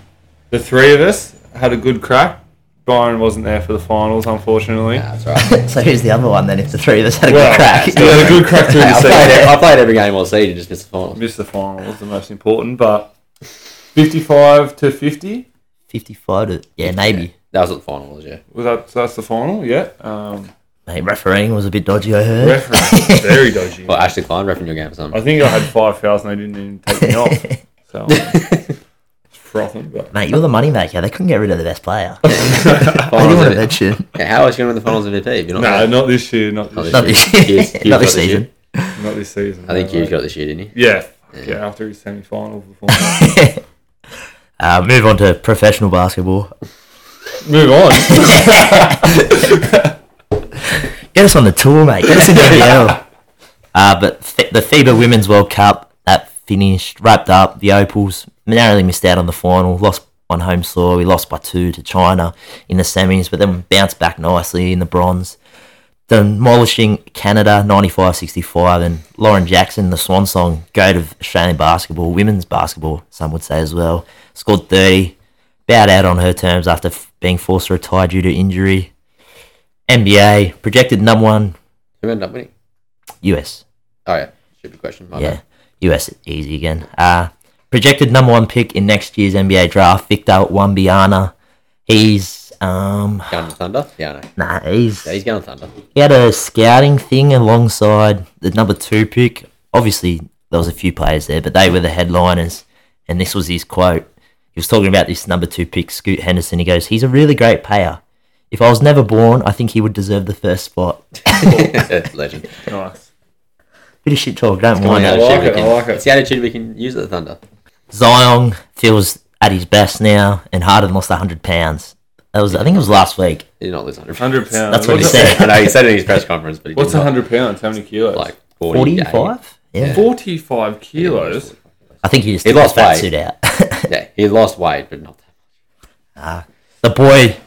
Speaker 3: the three of us had a good crack. Byron wasn't there for the finals, unfortunately.
Speaker 2: that's right.
Speaker 1: so who's the other one then if the three of us had a
Speaker 3: Well,
Speaker 1: good crack?
Speaker 3: We had a good crack through the
Speaker 2: I
Speaker 3: second.
Speaker 2: played, e- I played every game all season, just missed the finals.
Speaker 3: Missed the final was the most important, but 55 to 50
Speaker 1: 55 to, yeah, maybe.
Speaker 2: That was at the finals, yeah.
Speaker 3: was that? So that's the final, yeah. Um,
Speaker 1: Mate, refereeing was a bit dodgy, I heard.
Speaker 3: referee, very dodgy.
Speaker 2: Well, Ashley Klein referenced your game or something.
Speaker 3: I think I had five fouls and they didn't even take me off. So um, it's frothing, but
Speaker 1: Mate, you're the moneymaker. They couldn't get rid of the best player. I didn't
Speaker 2: Finals
Speaker 1: want
Speaker 2: of
Speaker 1: to
Speaker 2: it.
Speaker 1: mention.
Speaker 2: Yeah, how else you going to win the finals MVP? If you're not
Speaker 3: no, not this year, not this,
Speaker 1: Not this,
Speaker 2: Hughes- Hughes
Speaker 1: not this
Speaker 2: got the
Speaker 1: season.
Speaker 3: not this season.
Speaker 2: I think
Speaker 3: no,
Speaker 2: Hughes
Speaker 3: mate.
Speaker 2: got this year, didn't he?
Speaker 3: Yeah, fuck yeah, after his semi-final performance.
Speaker 1: Uh, move on to professional basketball.
Speaker 3: Move on.
Speaker 1: Get us on the tour, mate. Get us in the NBL. Uh, but F- the FIBA Women's World Cup that finished, wrapped up. The Opals narrowly missed out on the final. Lost on home soil. We lost by two to China in the semis, but then bounced back nicely in the bronze, demolishing Canada 95-65. And Lauren Jackson, the swan song goat of Australian basketball, women's basketball, some would say as well, scored 30. Bowed out on her terms after f- being forced to retire due to injury. NBA projected number one
Speaker 2: Who ended up winning?
Speaker 1: US.
Speaker 2: Oh, yeah. Stupid question. My
Speaker 1: Yeah,
Speaker 2: bad.
Speaker 1: US easy again. Uh, projected number one pick in next year's NBA draft, Victor Wambiana. He's um
Speaker 2: Going to Thunder? Yeah, I know.
Speaker 1: nah, he's
Speaker 2: Yeah, he's going to Thunder.
Speaker 1: he had a scouting thing alongside the number two pick. Obviously, there was a few players there, but they were the headliners. And this was his quote. He was talking about this number two pick, Scoot Henderson. He goes, "He's a really great player. If I was never born, I think he would deserve the first spot."
Speaker 2: Legend.
Speaker 3: nice.
Speaker 1: Bit of shit talk, don't
Speaker 2: Come on,
Speaker 1: mind
Speaker 2: the
Speaker 1: that.
Speaker 3: I
Speaker 2: attitude
Speaker 3: like
Speaker 2: we
Speaker 3: it, I
Speaker 2: can-
Speaker 3: like it.
Speaker 2: It's the attitude we can use at the Thunder.
Speaker 1: Zion feels at his best now, and Harden lost 100 pounds. That was, I think it was last week.
Speaker 2: He did not lose 100
Speaker 3: 100 pounds.
Speaker 1: That's what he
Speaker 3: What's
Speaker 1: said.
Speaker 3: a-
Speaker 2: I know, he said it in his press conference, but he
Speaker 3: What's
Speaker 2: did not,
Speaker 3: 100 pounds? How many kilos?
Speaker 2: like 40
Speaker 1: 45? Yeah.
Speaker 3: 45 kilos.
Speaker 1: I think he just
Speaker 2: He
Speaker 1: took his
Speaker 2: lost
Speaker 1: fat
Speaker 2: weight.
Speaker 1: suit out.
Speaker 2: Yeah, he lost weight, but not that.
Speaker 1: the boy,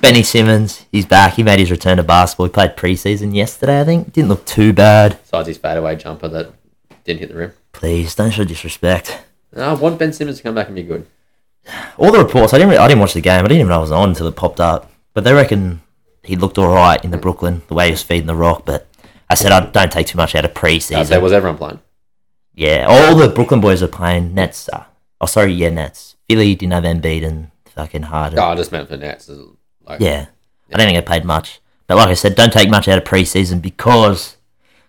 Speaker 1: Benny Simmons, he's back. He made his return to basketball. He played preseason yesterday, I think. Didn't look too bad.
Speaker 2: Besides his fadeaway jumper that didn't hit the rim.
Speaker 1: Please, don't show disrespect.
Speaker 2: No, I Ah, want Ben Simmons to come back and be good.
Speaker 1: All the reports, I didn't, re- I didn't watch the game. I didn't even know it was on until it popped up. But they reckon he looked all right in the Brooklyn, the way he was feeding the rock. But I said, I don't take too much out of
Speaker 2: Uh,
Speaker 1: preseason.
Speaker 2: so was everyone playing?
Speaker 1: Yeah, all the Brooklyn boys are playing Nets. Uh, oh, sorry, yeah, Nets. Philly didn't have Embiid and fucking Harden.
Speaker 2: Oh, I just meant for Nets. is Like,
Speaker 1: Yeah, I don't think they played much. But like I said, don't take much out of preseason because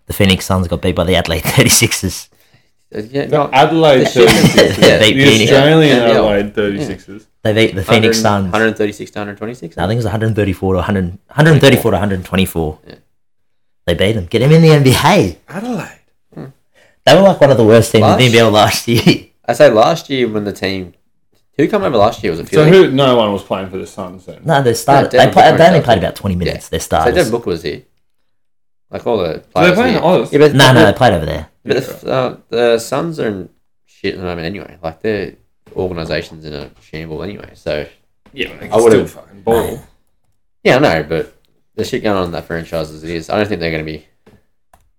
Speaker 1: the Phoenix Suns got beat by the Adelaide 36ers.
Speaker 2: Uh, yeah,
Speaker 3: No,
Speaker 2: no,
Speaker 3: Adelaide 36ers.
Speaker 1: They beat
Speaker 3: The
Speaker 1: Phoenix.
Speaker 3: Australian
Speaker 2: Yeah.
Speaker 3: Adelaide 36ers.
Speaker 1: They beat the Phoenix Suns.
Speaker 2: 100 136 to 126.
Speaker 1: I think it was 134 to 100, 134 to 124. They beat them. Get him in the NBA.
Speaker 3: Adelaide.
Speaker 1: They were like one of the worst teams
Speaker 2: Last-
Speaker 1: in the NBL last year.
Speaker 2: I say last year when the team. Who come over last year? Was it
Speaker 3: So
Speaker 2: Philly?
Speaker 3: who? No one was playing for the Suns then.
Speaker 1: no, they started.
Speaker 2: Yeah,
Speaker 1: they, play,
Speaker 2: Devin
Speaker 1: they only
Speaker 2: Booker.
Speaker 1: played about 20 minutes. Their
Speaker 2: So
Speaker 1: starters.
Speaker 2: Devin Booker was here. Like all the players.
Speaker 3: playing
Speaker 2: here.
Speaker 3: Oz?
Speaker 2: Yeah, but,
Speaker 1: no, no, they
Speaker 2: But,
Speaker 1: played over there.
Speaker 2: but the, uh, the Suns are in shit at the moment anyway. Like their organisation's in a shamble anyway. So
Speaker 3: Yeah,
Speaker 2: I would've-
Speaker 3: still fucking ball.
Speaker 2: yeah, I know, but the shit going on in that franchise as it is, I don't think they're going to be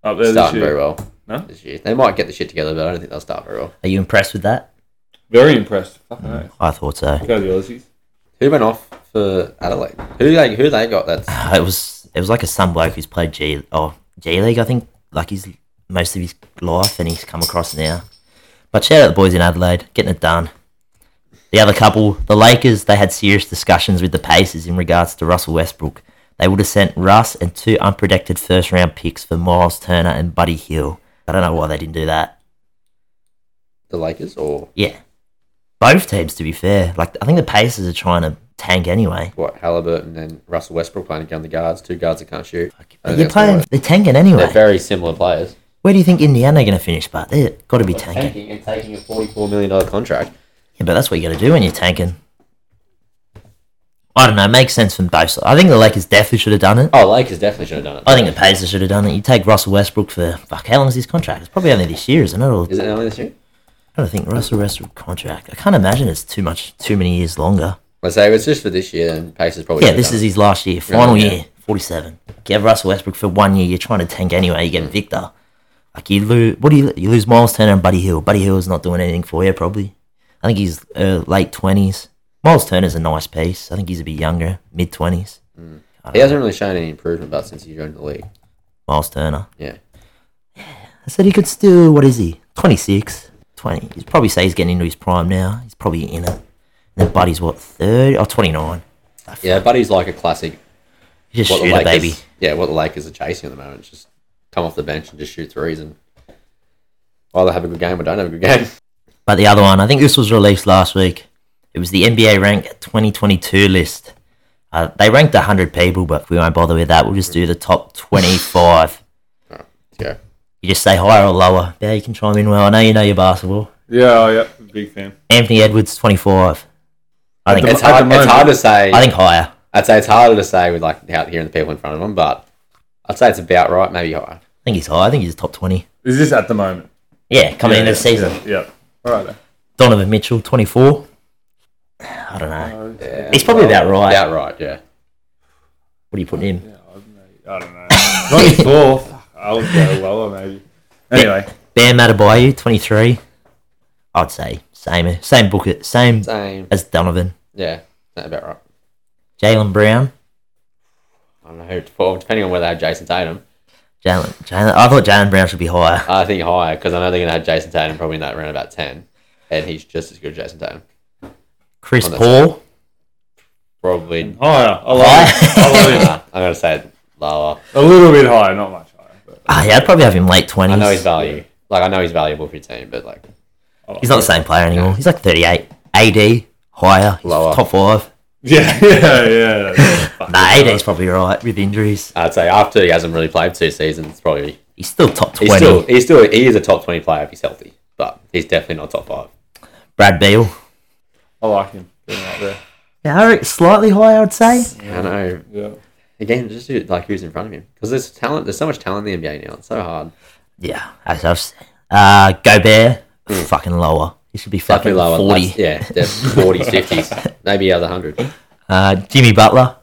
Speaker 3: Up there this
Speaker 2: starting very
Speaker 3: year.
Speaker 2: well
Speaker 3: No?
Speaker 2: this year. They might get the shit together, but I don't think they'll start very well.
Speaker 1: Are you impressed with that?
Speaker 3: Very impressed. Fucking mm.
Speaker 1: I thought so.
Speaker 3: Go the Aussies.
Speaker 2: Who went off for Adelaide? Who they who they got? That's
Speaker 1: Uh, it was it was like a some bloke who's played G oh G League, I think, like his most of his life, and he's come across now. But shout out the boys in Adelaide, getting it done. The other couple, the Lakers, they had serious discussions with the Pacers in regards to Russell Westbrook. They would have sent Russ and two unprotected first round picks for Miles Turner and Buddy Hill. I don't know why they didn't do that.
Speaker 2: the Lakers or
Speaker 1: Yeah. Both teams, to be fair. Like, I think the Pacers are trying to tank anyway.
Speaker 2: what Halliburton and Russell Westbrook playing against the guards, two guards that can't shoot. I
Speaker 1: But
Speaker 2: think
Speaker 1: you're
Speaker 2: that's the
Speaker 1: playing,
Speaker 2: worst.
Speaker 1: they're tanking
Speaker 2: They're
Speaker 1: anyway.
Speaker 2: very similar players.
Speaker 1: Where do you think Indiana are going to finish? But they've got to be tanking.
Speaker 2: Tanking and taking a forty-four million dollar contract.
Speaker 1: Yeah, but that's what you got to do when you're tanking. I don't know. It makes sense from both sides. I think the Lakers definitely should have done it.
Speaker 2: Oh, Lakers definitely should have done it.
Speaker 1: I think the Pacers should have done it. You take Russell Westbrook for fuck. How long is his contract? It's probably only this year, isn't it? Or,
Speaker 2: Is it only this year?
Speaker 1: I don't think Russell Westbrook contract. I can't imagine it's too much, too many years longer.
Speaker 2: Let's say if it's just for this year, then Pacers probably.
Speaker 1: Yeah,
Speaker 2: should have
Speaker 1: this
Speaker 2: done
Speaker 1: is
Speaker 2: it.
Speaker 1: his last year, final
Speaker 2: yeah.
Speaker 1: year, forty-seven. You have Russell Westbrook for one year. You're trying to tank anyway. You
Speaker 2: Mm.
Speaker 1: get Victor. Like you lose. What do you? You lose Miles Turner and Buddy Hill. Buddy Hill is not doing anything for you. Probably. I think he's uh, late twenties. Miles Turner's a nice piece. I think he's a bit younger, mid twenties.
Speaker 2: he hasn't really shown any improvement, but since he joined the league,
Speaker 1: Miles Turner.
Speaker 2: yeah,
Speaker 1: I said he could still. What is he? 26, 20. He'd probably say he's getting into his prime now. He's probably in it. And then Buddy's what thirty Oh, or twenty nine.
Speaker 2: yeah, Buddy's like a classic.
Speaker 1: Just
Speaker 2: What the
Speaker 1: shoot
Speaker 2: Lakers,
Speaker 1: it, baby.
Speaker 2: Yeah, what the Lakers are chasing at the moment, just come off the bench and just shoot threes and either have a good game or don't have a good game.
Speaker 1: But the other one, I think this was released last week. It was the NBA Rank 2022 list. Uh, they ranked 100 people, but we won't bother with that. We'll just do the top 25.
Speaker 2: Yeah,
Speaker 1: You just say higher or lower. Yeah, you can chime in well. I know you know your basketball.
Speaker 3: Yeah, oh, yeah, big fan.
Speaker 1: Anthony Edwards, 25. I think
Speaker 2: it's
Speaker 3: at
Speaker 2: hard.
Speaker 3: the
Speaker 2: It's
Speaker 3: moment-
Speaker 2: hard to say.
Speaker 1: I think higher.
Speaker 2: I'd say it's harder to say with like out hearing the people in front of them, but I'd say it's about right, maybe higher.
Speaker 1: I think he's high. I think he's top 20.
Speaker 3: Is this at the moment?
Speaker 1: Yeah, coming
Speaker 3: yeah,
Speaker 1: into the
Speaker 3: yeah,
Speaker 1: season.
Speaker 3: Yeah. yeah. All right. then.
Speaker 1: Donovan Mitchell, 24. I don't know.
Speaker 2: Yeah,
Speaker 1: He's probably about right.
Speaker 2: About right, yeah.
Speaker 1: What are you putting him?
Speaker 3: I don't know. 24th. I would go lower, maybe. Anyway,
Speaker 1: Bam Adebayo, 23. I'd say same, same bucket, same
Speaker 2: Same.
Speaker 1: as Donovan.
Speaker 2: Yeah, that about right.
Speaker 1: Jalen Brown.
Speaker 2: I don't know who. Well, depending on whether they have Jason Tatum,
Speaker 1: Jalen, Jalen. I thought Jalen Brown should be higher.
Speaker 2: I think higher because I know they're going to have Jason Tatum probably in that round about ten, and he's just as good as Jason Tatum.
Speaker 1: Chris
Speaker 2: Oh, that's-
Speaker 1: Paul.
Speaker 2: Probably.
Speaker 3: higher. I love it.
Speaker 1: High.
Speaker 2: Nah, I'm going to say it lower.
Speaker 3: A little bit higher, not much higher. But
Speaker 1: Ah, yeah, I'd probably have him late
Speaker 2: I know
Speaker 1: twenties.
Speaker 2: his value. Like I know he's valuable for your team, but like
Speaker 1: He's not the same player anymore. He's like thirty-eight. AD higher. He's
Speaker 2: Lower.
Speaker 1: Top five.
Speaker 3: yeah, yeah, yeah. that's fucking
Speaker 1: Nah,
Speaker 3: high.
Speaker 1: AD's probably right with injuries.
Speaker 2: I'd say after he hasn't really played two seasons, it's probably
Speaker 1: He's still top
Speaker 2: he's
Speaker 1: twenty.
Speaker 2: still he's still he is a top twenty player if he's healthy, but he's definitely not top five.
Speaker 1: Brad Beal.
Speaker 3: I like him. Being out there.
Speaker 1: Yeah, I re- slightly higher, I'd say.
Speaker 2: I know.
Speaker 3: Yeah.
Speaker 2: Again, just do it like who's in front of him because there's talent. There's so much talent in the NBA now. It's so hard.
Speaker 1: Yeah, as I've said. Uh, Gobert, fucking lower. He should be fucking
Speaker 2: Hmm. Definitely lower.
Speaker 1: forty.
Speaker 2: That's- yeah, def- 40, 50s, maybe other hundred.
Speaker 1: Uh, Jimmy Butler.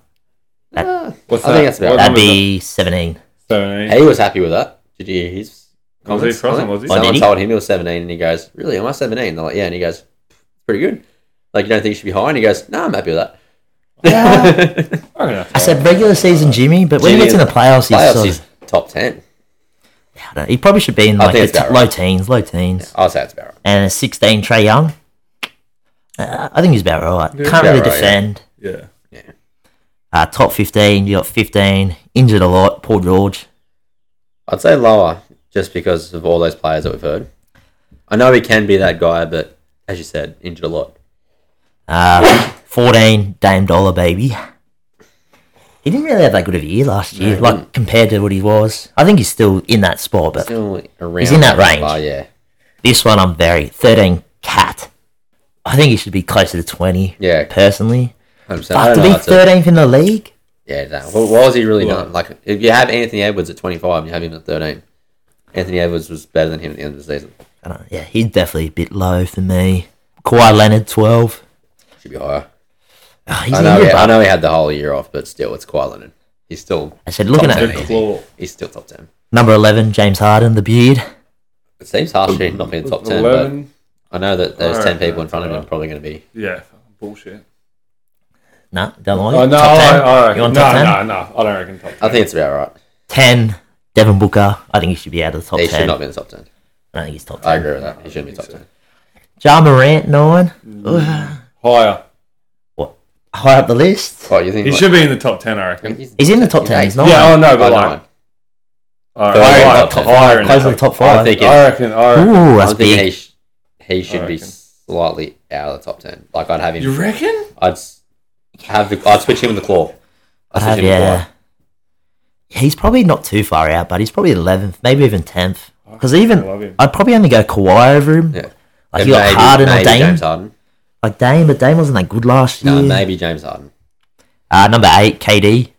Speaker 3: What's
Speaker 2: I think that's about
Speaker 1: That'd
Speaker 2: right.
Speaker 3: What number is
Speaker 1: be seventeen.
Speaker 3: Seventeen.
Speaker 2: He was happy with that. Did you hear his
Speaker 3: Was he
Speaker 2: comments? on
Speaker 3: frozen,
Speaker 2: it?
Speaker 3: was he?
Speaker 1: Oh, did
Speaker 2: Someone
Speaker 1: he?
Speaker 2: told him he was 17, and he goes, "Really? Am I 17?" They're like, "Yeah," and he goes, "Pretty good." Like you don't think you should be high, and he goes, "No, I'm happy with that."
Speaker 3: I reckon that's
Speaker 1: I said
Speaker 3: right.
Speaker 1: regular season Jimmy, but when he
Speaker 2: Jimmy
Speaker 1: gets in the playoffs, he's,
Speaker 2: Playoffs,
Speaker 1: sort
Speaker 2: he's
Speaker 1: of,
Speaker 2: top ten.
Speaker 1: I don't know, Uh, he probably should be in like
Speaker 2: think
Speaker 1: the
Speaker 2: it's about
Speaker 1: t- low teens, low teens.
Speaker 2: I'll say it's about right.
Speaker 1: and a 16 Trey Young. Uh, I think he's about right. Can't
Speaker 2: about
Speaker 1: really
Speaker 2: right, yeah.
Speaker 1: defend.
Speaker 3: Yeah.
Speaker 1: Uh, top 15, you got 15. Injured a lot. Paul George.
Speaker 2: I'd say lower just because of all those players that we've heard. I know he can be that guy, but as you said, injured a lot.
Speaker 1: Uh, 14, Dame Dollar Baby. He didn't really have that good of a year last year, like compared to what he was. I think he's still in that spot, but
Speaker 2: Still around
Speaker 1: He's in that range.
Speaker 2: Oh yeah,
Speaker 1: this one I'm very 13 Cat. I think he should be closer to 20.
Speaker 2: Yeah.
Speaker 1: personally.
Speaker 2: 100%. I
Speaker 1: But
Speaker 2: don't
Speaker 1: to
Speaker 2: know,
Speaker 1: be
Speaker 2: that's a-
Speaker 1: 13th in the league,
Speaker 2: yeah, no. What, what was he really done? Like if you have Anthony Edwards at twenty five and you have him at thirteen, Anthony Edwards was better than him at the end of the season.
Speaker 1: I don't know. Yeah, he's definitely a bit low for me. Kawhi Leonard 12.
Speaker 2: Should be higher.
Speaker 1: Oh, he's
Speaker 2: I know,
Speaker 1: injured,
Speaker 2: yeah,
Speaker 1: but-
Speaker 2: I know he had the whole year off, but still, it's quite Leonard. He's still
Speaker 1: I said, looking
Speaker 2: top
Speaker 1: at
Speaker 2: 10
Speaker 3: Good
Speaker 2: easy.
Speaker 3: claw.
Speaker 2: He's still top ten.
Speaker 1: number 11, James Harden, the beard.
Speaker 2: It seems harsh for him not being top ten, but
Speaker 3: Eleven.
Speaker 2: I know that those
Speaker 3: Alright,
Speaker 2: ten people in
Speaker 3: that's
Speaker 2: front of him are
Speaker 3: alright.
Speaker 2: probably going to be.
Speaker 3: Yeah. fucking Bullshit.
Speaker 1: No, don't like
Speaker 3: Oh
Speaker 1: it.
Speaker 3: no!
Speaker 1: Top 10?
Speaker 3: I, I reckon.
Speaker 1: You want
Speaker 3: no,
Speaker 1: top 10?
Speaker 3: no, no. I don't reckon top ten.
Speaker 2: I think it's about right.
Speaker 1: 10, Devin Booker. I think he should be out of the top
Speaker 2: He
Speaker 1: 10.
Speaker 2: should not be in the top ten.
Speaker 1: I don't think he's top
Speaker 2: I
Speaker 1: 10.
Speaker 2: agree with that. He shouldn't be top ten.
Speaker 1: Ja Morant, 9.
Speaker 2: Mm.
Speaker 3: higher.
Speaker 1: What? High up the list.
Speaker 2: Oh, you think
Speaker 3: He should be in the top ten. I reckon.
Speaker 1: He's in the top 10. He's not.
Speaker 3: Yeah. Oh no,
Speaker 2: I
Speaker 3: but
Speaker 2: know.
Speaker 3: like.
Speaker 2: Third
Speaker 3: Alright, higher,
Speaker 2: top ten.
Speaker 3: higher in
Speaker 1: Close to
Speaker 3: the
Speaker 1: the top
Speaker 2: I
Speaker 1: 5.
Speaker 2: think
Speaker 3: I reckon. I reckon.
Speaker 1: Ooh, that's
Speaker 2: I'm thinking
Speaker 1: big.
Speaker 2: he, sh- he
Speaker 1: Oh,
Speaker 2: should be
Speaker 3: reckon.
Speaker 2: slightly out of the top ten. Like I'd have
Speaker 3: You
Speaker 2: him.
Speaker 3: reckon?
Speaker 2: I'd s- have the. I'd switch him with the claw.
Speaker 1: I'd
Speaker 2: I'd switch
Speaker 1: have,
Speaker 2: him with the claw.
Speaker 1: yeah. He's probably not too far out, but he's probably 11th, maybe even 10th.
Speaker 2: Oh,
Speaker 1: Because
Speaker 3: I love
Speaker 1: even,
Speaker 3: him.
Speaker 1: I'd probably only go Kawhi over him.
Speaker 2: Yeah.
Speaker 1: Like,
Speaker 2: And
Speaker 1: you got Harden or
Speaker 2: maybe
Speaker 1: Dame.
Speaker 2: James Harden.
Speaker 1: Like, Dame, but Dame wasn't that good last year.
Speaker 2: No, maybe James Harden.
Speaker 1: Uh, number eight, KD.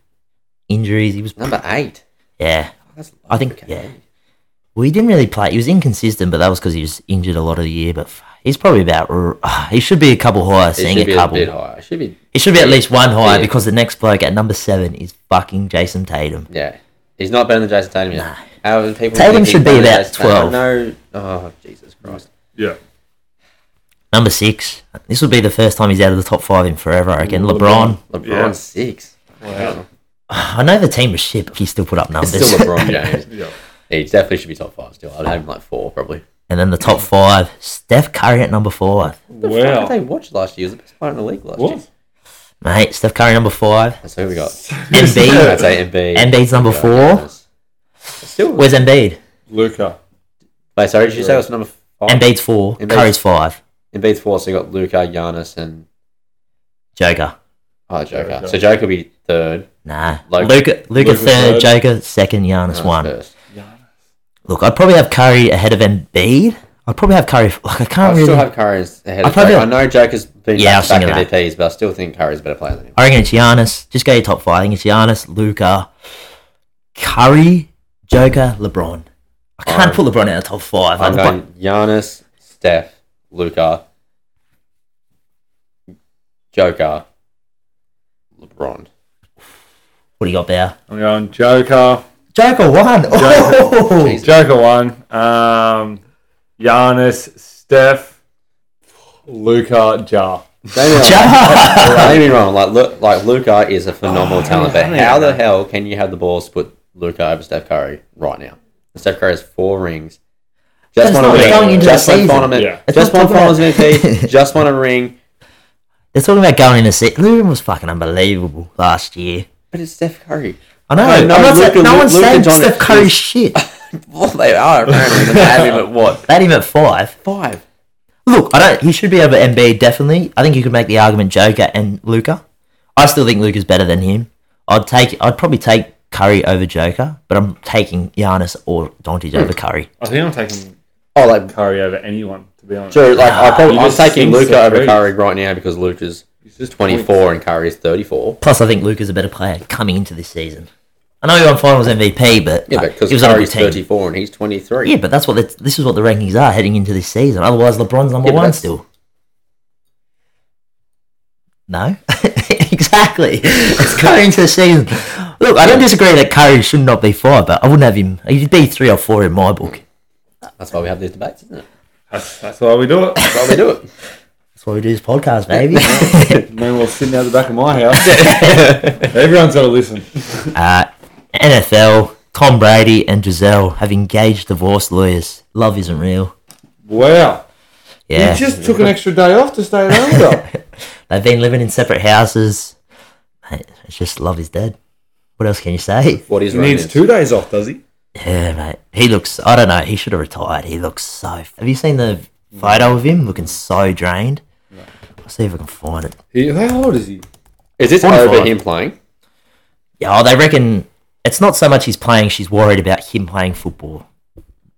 Speaker 1: Injuries. He was
Speaker 2: Number eight. Oh,
Speaker 1: yeah.
Speaker 2: That's
Speaker 1: I think-
Speaker 2: okay.
Speaker 1: yeah. Well, he didn't really play. He was inconsistent, but that was because he was injured a lot of the year. But f- he's probably about. r- he should be a couple higher.
Speaker 2: It
Speaker 1: Seeing
Speaker 2: should
Speaker 1: a
Speaker 2: be a
Speaker 1: couple.
Speaker 2: bit higher. It should be.
Speaker 1: It should be at least one higher
Speaker 2: Yeah.
Speaker 1: because the next bloke at number seven is fucking Jason Tatum.
Speaker 2: Yeah. He's not better than Jason Tatum yet. How are people
Speaker 1: Tatum
Speaker 2: think he's
Speaker 1: should be
Speaker 2: better than
Speaker 1: about
Speaker 2: Jason Tatum?
Speaker 1: 12.
Speaker 2: No. Oh, Jesus Christ.
Speaker 3: Yeah.
Speaker 1: Number six. This would be the first time he's out of the top five in forever. I reckon. LeBron.
Speaker 2: LeBron's
Speaker 3: Yeah.
Speaker 2: six.
Speaker 3: Wow.
Speaker 1: I know the team was shit, but he still put up
Speaker 2: It's
Speaker 1: numbers.
Speaker 2: still LeBron James.
Speaker 3: Yeah.
Speaker 2: he definitely should be top five still. I'd have him like four probably.
Speaker 1: and then the top five. Steph Curry at number five.
Speaker 2: The fuck
Speaker 3: Wow.
Speaker 2: did they watch last year? He was the best player in the league last year.
Speaker 3: What?
Speaker 1: Mate, Steph Curry number five.
Speaker 2: That's who we got. I'd
Speaker 1: Embiid.
Speaker 2: say Embiid.
Speaker 1: Embiid's number
Speaker 2: Yeah,
Speaker 1: four.
Speaker 2: that's- Still.
Speaker 1: Where's Embiid?
Speaker 3: Luca.
Speaker 2: Wait, sorry, did you say that's number five?
Speaker 1: Embiid's four.
Speaker 2: Embiid's-
Speaker 1: Curry's five.
Speaker 2: Embiid's four, so you got Luca, Giannis, and
Speaker 1: Joker.
Speaker 2: oh, Joker.
Speaker 3: Joker.
Speaker 2: So Joker will be third.
Speaker 1: Nah.
Speaker 2: Like-
Speaker 1: Luca, Luca
Speaker 3: Luka
Speaker 1: third,
Speaker 3: third.
Speaker 1: Joker second, Giannis
Speaker 2: Giannis
Speaker 1: one.
Speaker 2: first.
Speaker 1: Look, I'd probably have Curry ahead of Embiid. I'd probably have Curry. Like I
Speaker 2: I
Speaker 1: can't really.
Speaker 2: still have Curry as- ahead
Speaker 1: I
Speaker 2: of
Speaker 1: probably-
Speaker 2: Joker. I know Joker's been
Speaker 1: Yeah, I
Speaker 2: back
Speaker 1: was
Speaker 2: back
Speaker 1: thinking that.
Speaker 2: MVPs, but I still think Curry's a better player than him.
Speaker 1: I reckon it's Giannis. Just go your top five. I think it's Giannis, Luca, Curry, Joker, LeBron. I can't
Speaker 2: Um,
Speaker 1: put LeBron out of top five.
Speaker 2: I'm
Speaker 1: I'd put-
Speaker 2: going Giannis, Steph, Luca, Joker, LeBron.
Speaker 1: what do you got there?
Speaker 3: I'm going Joker.
Speaker 1: Joker one. Oh!
Speaker 2: Jesus.
Speaker 3: Joker one. Um, Giannis, Steph, Luca, Jar.
Speaker 2: Don't get me wrong. Don't get me wrong. Like, look, like Luca is a
Speaker 3: Oh,
Speaker 2: phenomenal talent, but how the hell can you have the balls to put Luca over Steph Curry right now? And Steph Curry has four rings. Just
Speaker 1: That's
Speaker 2: won a
Speaker 1: not
Speaker 2: ring.
Speaker 1: going into
Speaker 2: just
Speaker 1: the
Speaker 2: won
Speaker 1: season.
Speaker 2: Finals-
Speaker 3: Yeah.
Speaker 1: That's
Speaker 2: Just
Speaker 1: not
Speaker 2: won
Speaker 1: talking
Speaker 2: Finals
Speaker 1: about-
Speaker 2: MVP. Just won a ring.
Speaker 1: They're talking about going in a set. Luca was fucking unbelievable last year.
Speaker 2: But it's Steph Curry.
Speaker 1: I know.
Speaker 2: I know,
Speaker 1: I'm not
Speaker 2: Luka-
Speaker 1: saying, no
Speaker 2: Lu-
Speaker 1: one's
Speaker 2: Luka
Speaker 1: saying
Speaker 2: Doncic
Speaker 1: Steph Curry's
Speaker 2: is-
Speaker 1: shit.
Speaker 2: Well, they are apparently. They have him at what
Speaker 1: That him at five.
Speaker 2: five?
Speaker 1: Look, I don't. He should be over Embiid definitely. I think you could make the argument Joker and Luca. I still think Luca's better than him. I'd take. I'd probably take Curry over Joker, but I'm taking Giannis or Doncic
Speaker 2: Hmm.
Speaker 1: over Curry.
Speaker 3: I think I'm taking
Speaker 2: Oh, like
Speaker 3: Curry over anyone, to be honest.
Speaker 2: Joe, like I probably,
Speaker 3: You
Speaker 2: I'm
Speaker 3: just
Speaker 2: taking Luca
Speaker 3: think so,
Speaker 2: over
Speaker 3: right?
Speaker 2: Curry right now because Luca's
Speaker 3: He's just
Speaker 2: 24 and Curry's 34.
Speaker 1: Plus, I think Luca's a better player coming into this season. I know he won Finals MVP, but
Speaker 2: Yeah,
Speaker 1: uh,
Speaker 2: because
Speaker 1: he was on a
Speaker 2: Curry's
Speaker 1: team.
Speaker 2: 34 and he's 23.
Speaker 1: Yeah, but that's what the, this is what the rankings are heading into this season. Otherwise, LeBron's number
Speaker 2: Yeah, but
Speaker 1: one
Speaker 2: that's-
Speaker 1: still. No, exactly. It's going into the season. Look, I don't disagree that Curry should not be five, but I wouldn't have him. He'd be three or four in my book.
Speaker 2: That's why we have these debates, isn't it?
Speaker 3: That's, that's why we do it.
Speaker 2: That's why we do it.
Speaker 1: That's why we do this podcast, baby.
Speaker 3: No one's sitting out the back of my house. Everyone's got to listen.
Speaker 1: uh, NFL. Tom Brady and Giselle have engaged divorce lawyers. Love isn't real.
Speaker 3: Wow.
Speaker 1: Yeah,
Speaker 3: You just took an extra day off to stay at home.
Speaker 1: they've been living in separate houses. Mate, It's just love is dead. What else can you say?
Speaker 2: What is
Speaker 3: he
Speaker 2: wrong
Speaker 3: needs
Speaker 2: is
Speaker 3: two days off, does he?
Speaker 1: Yeah, mate. He looks. I don't know. He should have retired. He looks so. Have you seen the photo of him looking so drained? I'll see if I can find it.
Speaker 3: he how old is he?
Speaker 2: Is this
Speaker 1: 25.
Speaker 2: over him playing?
Speaker 1: Yeah, oh, they reckon it's not so much he's playing. She's worried about him playing football,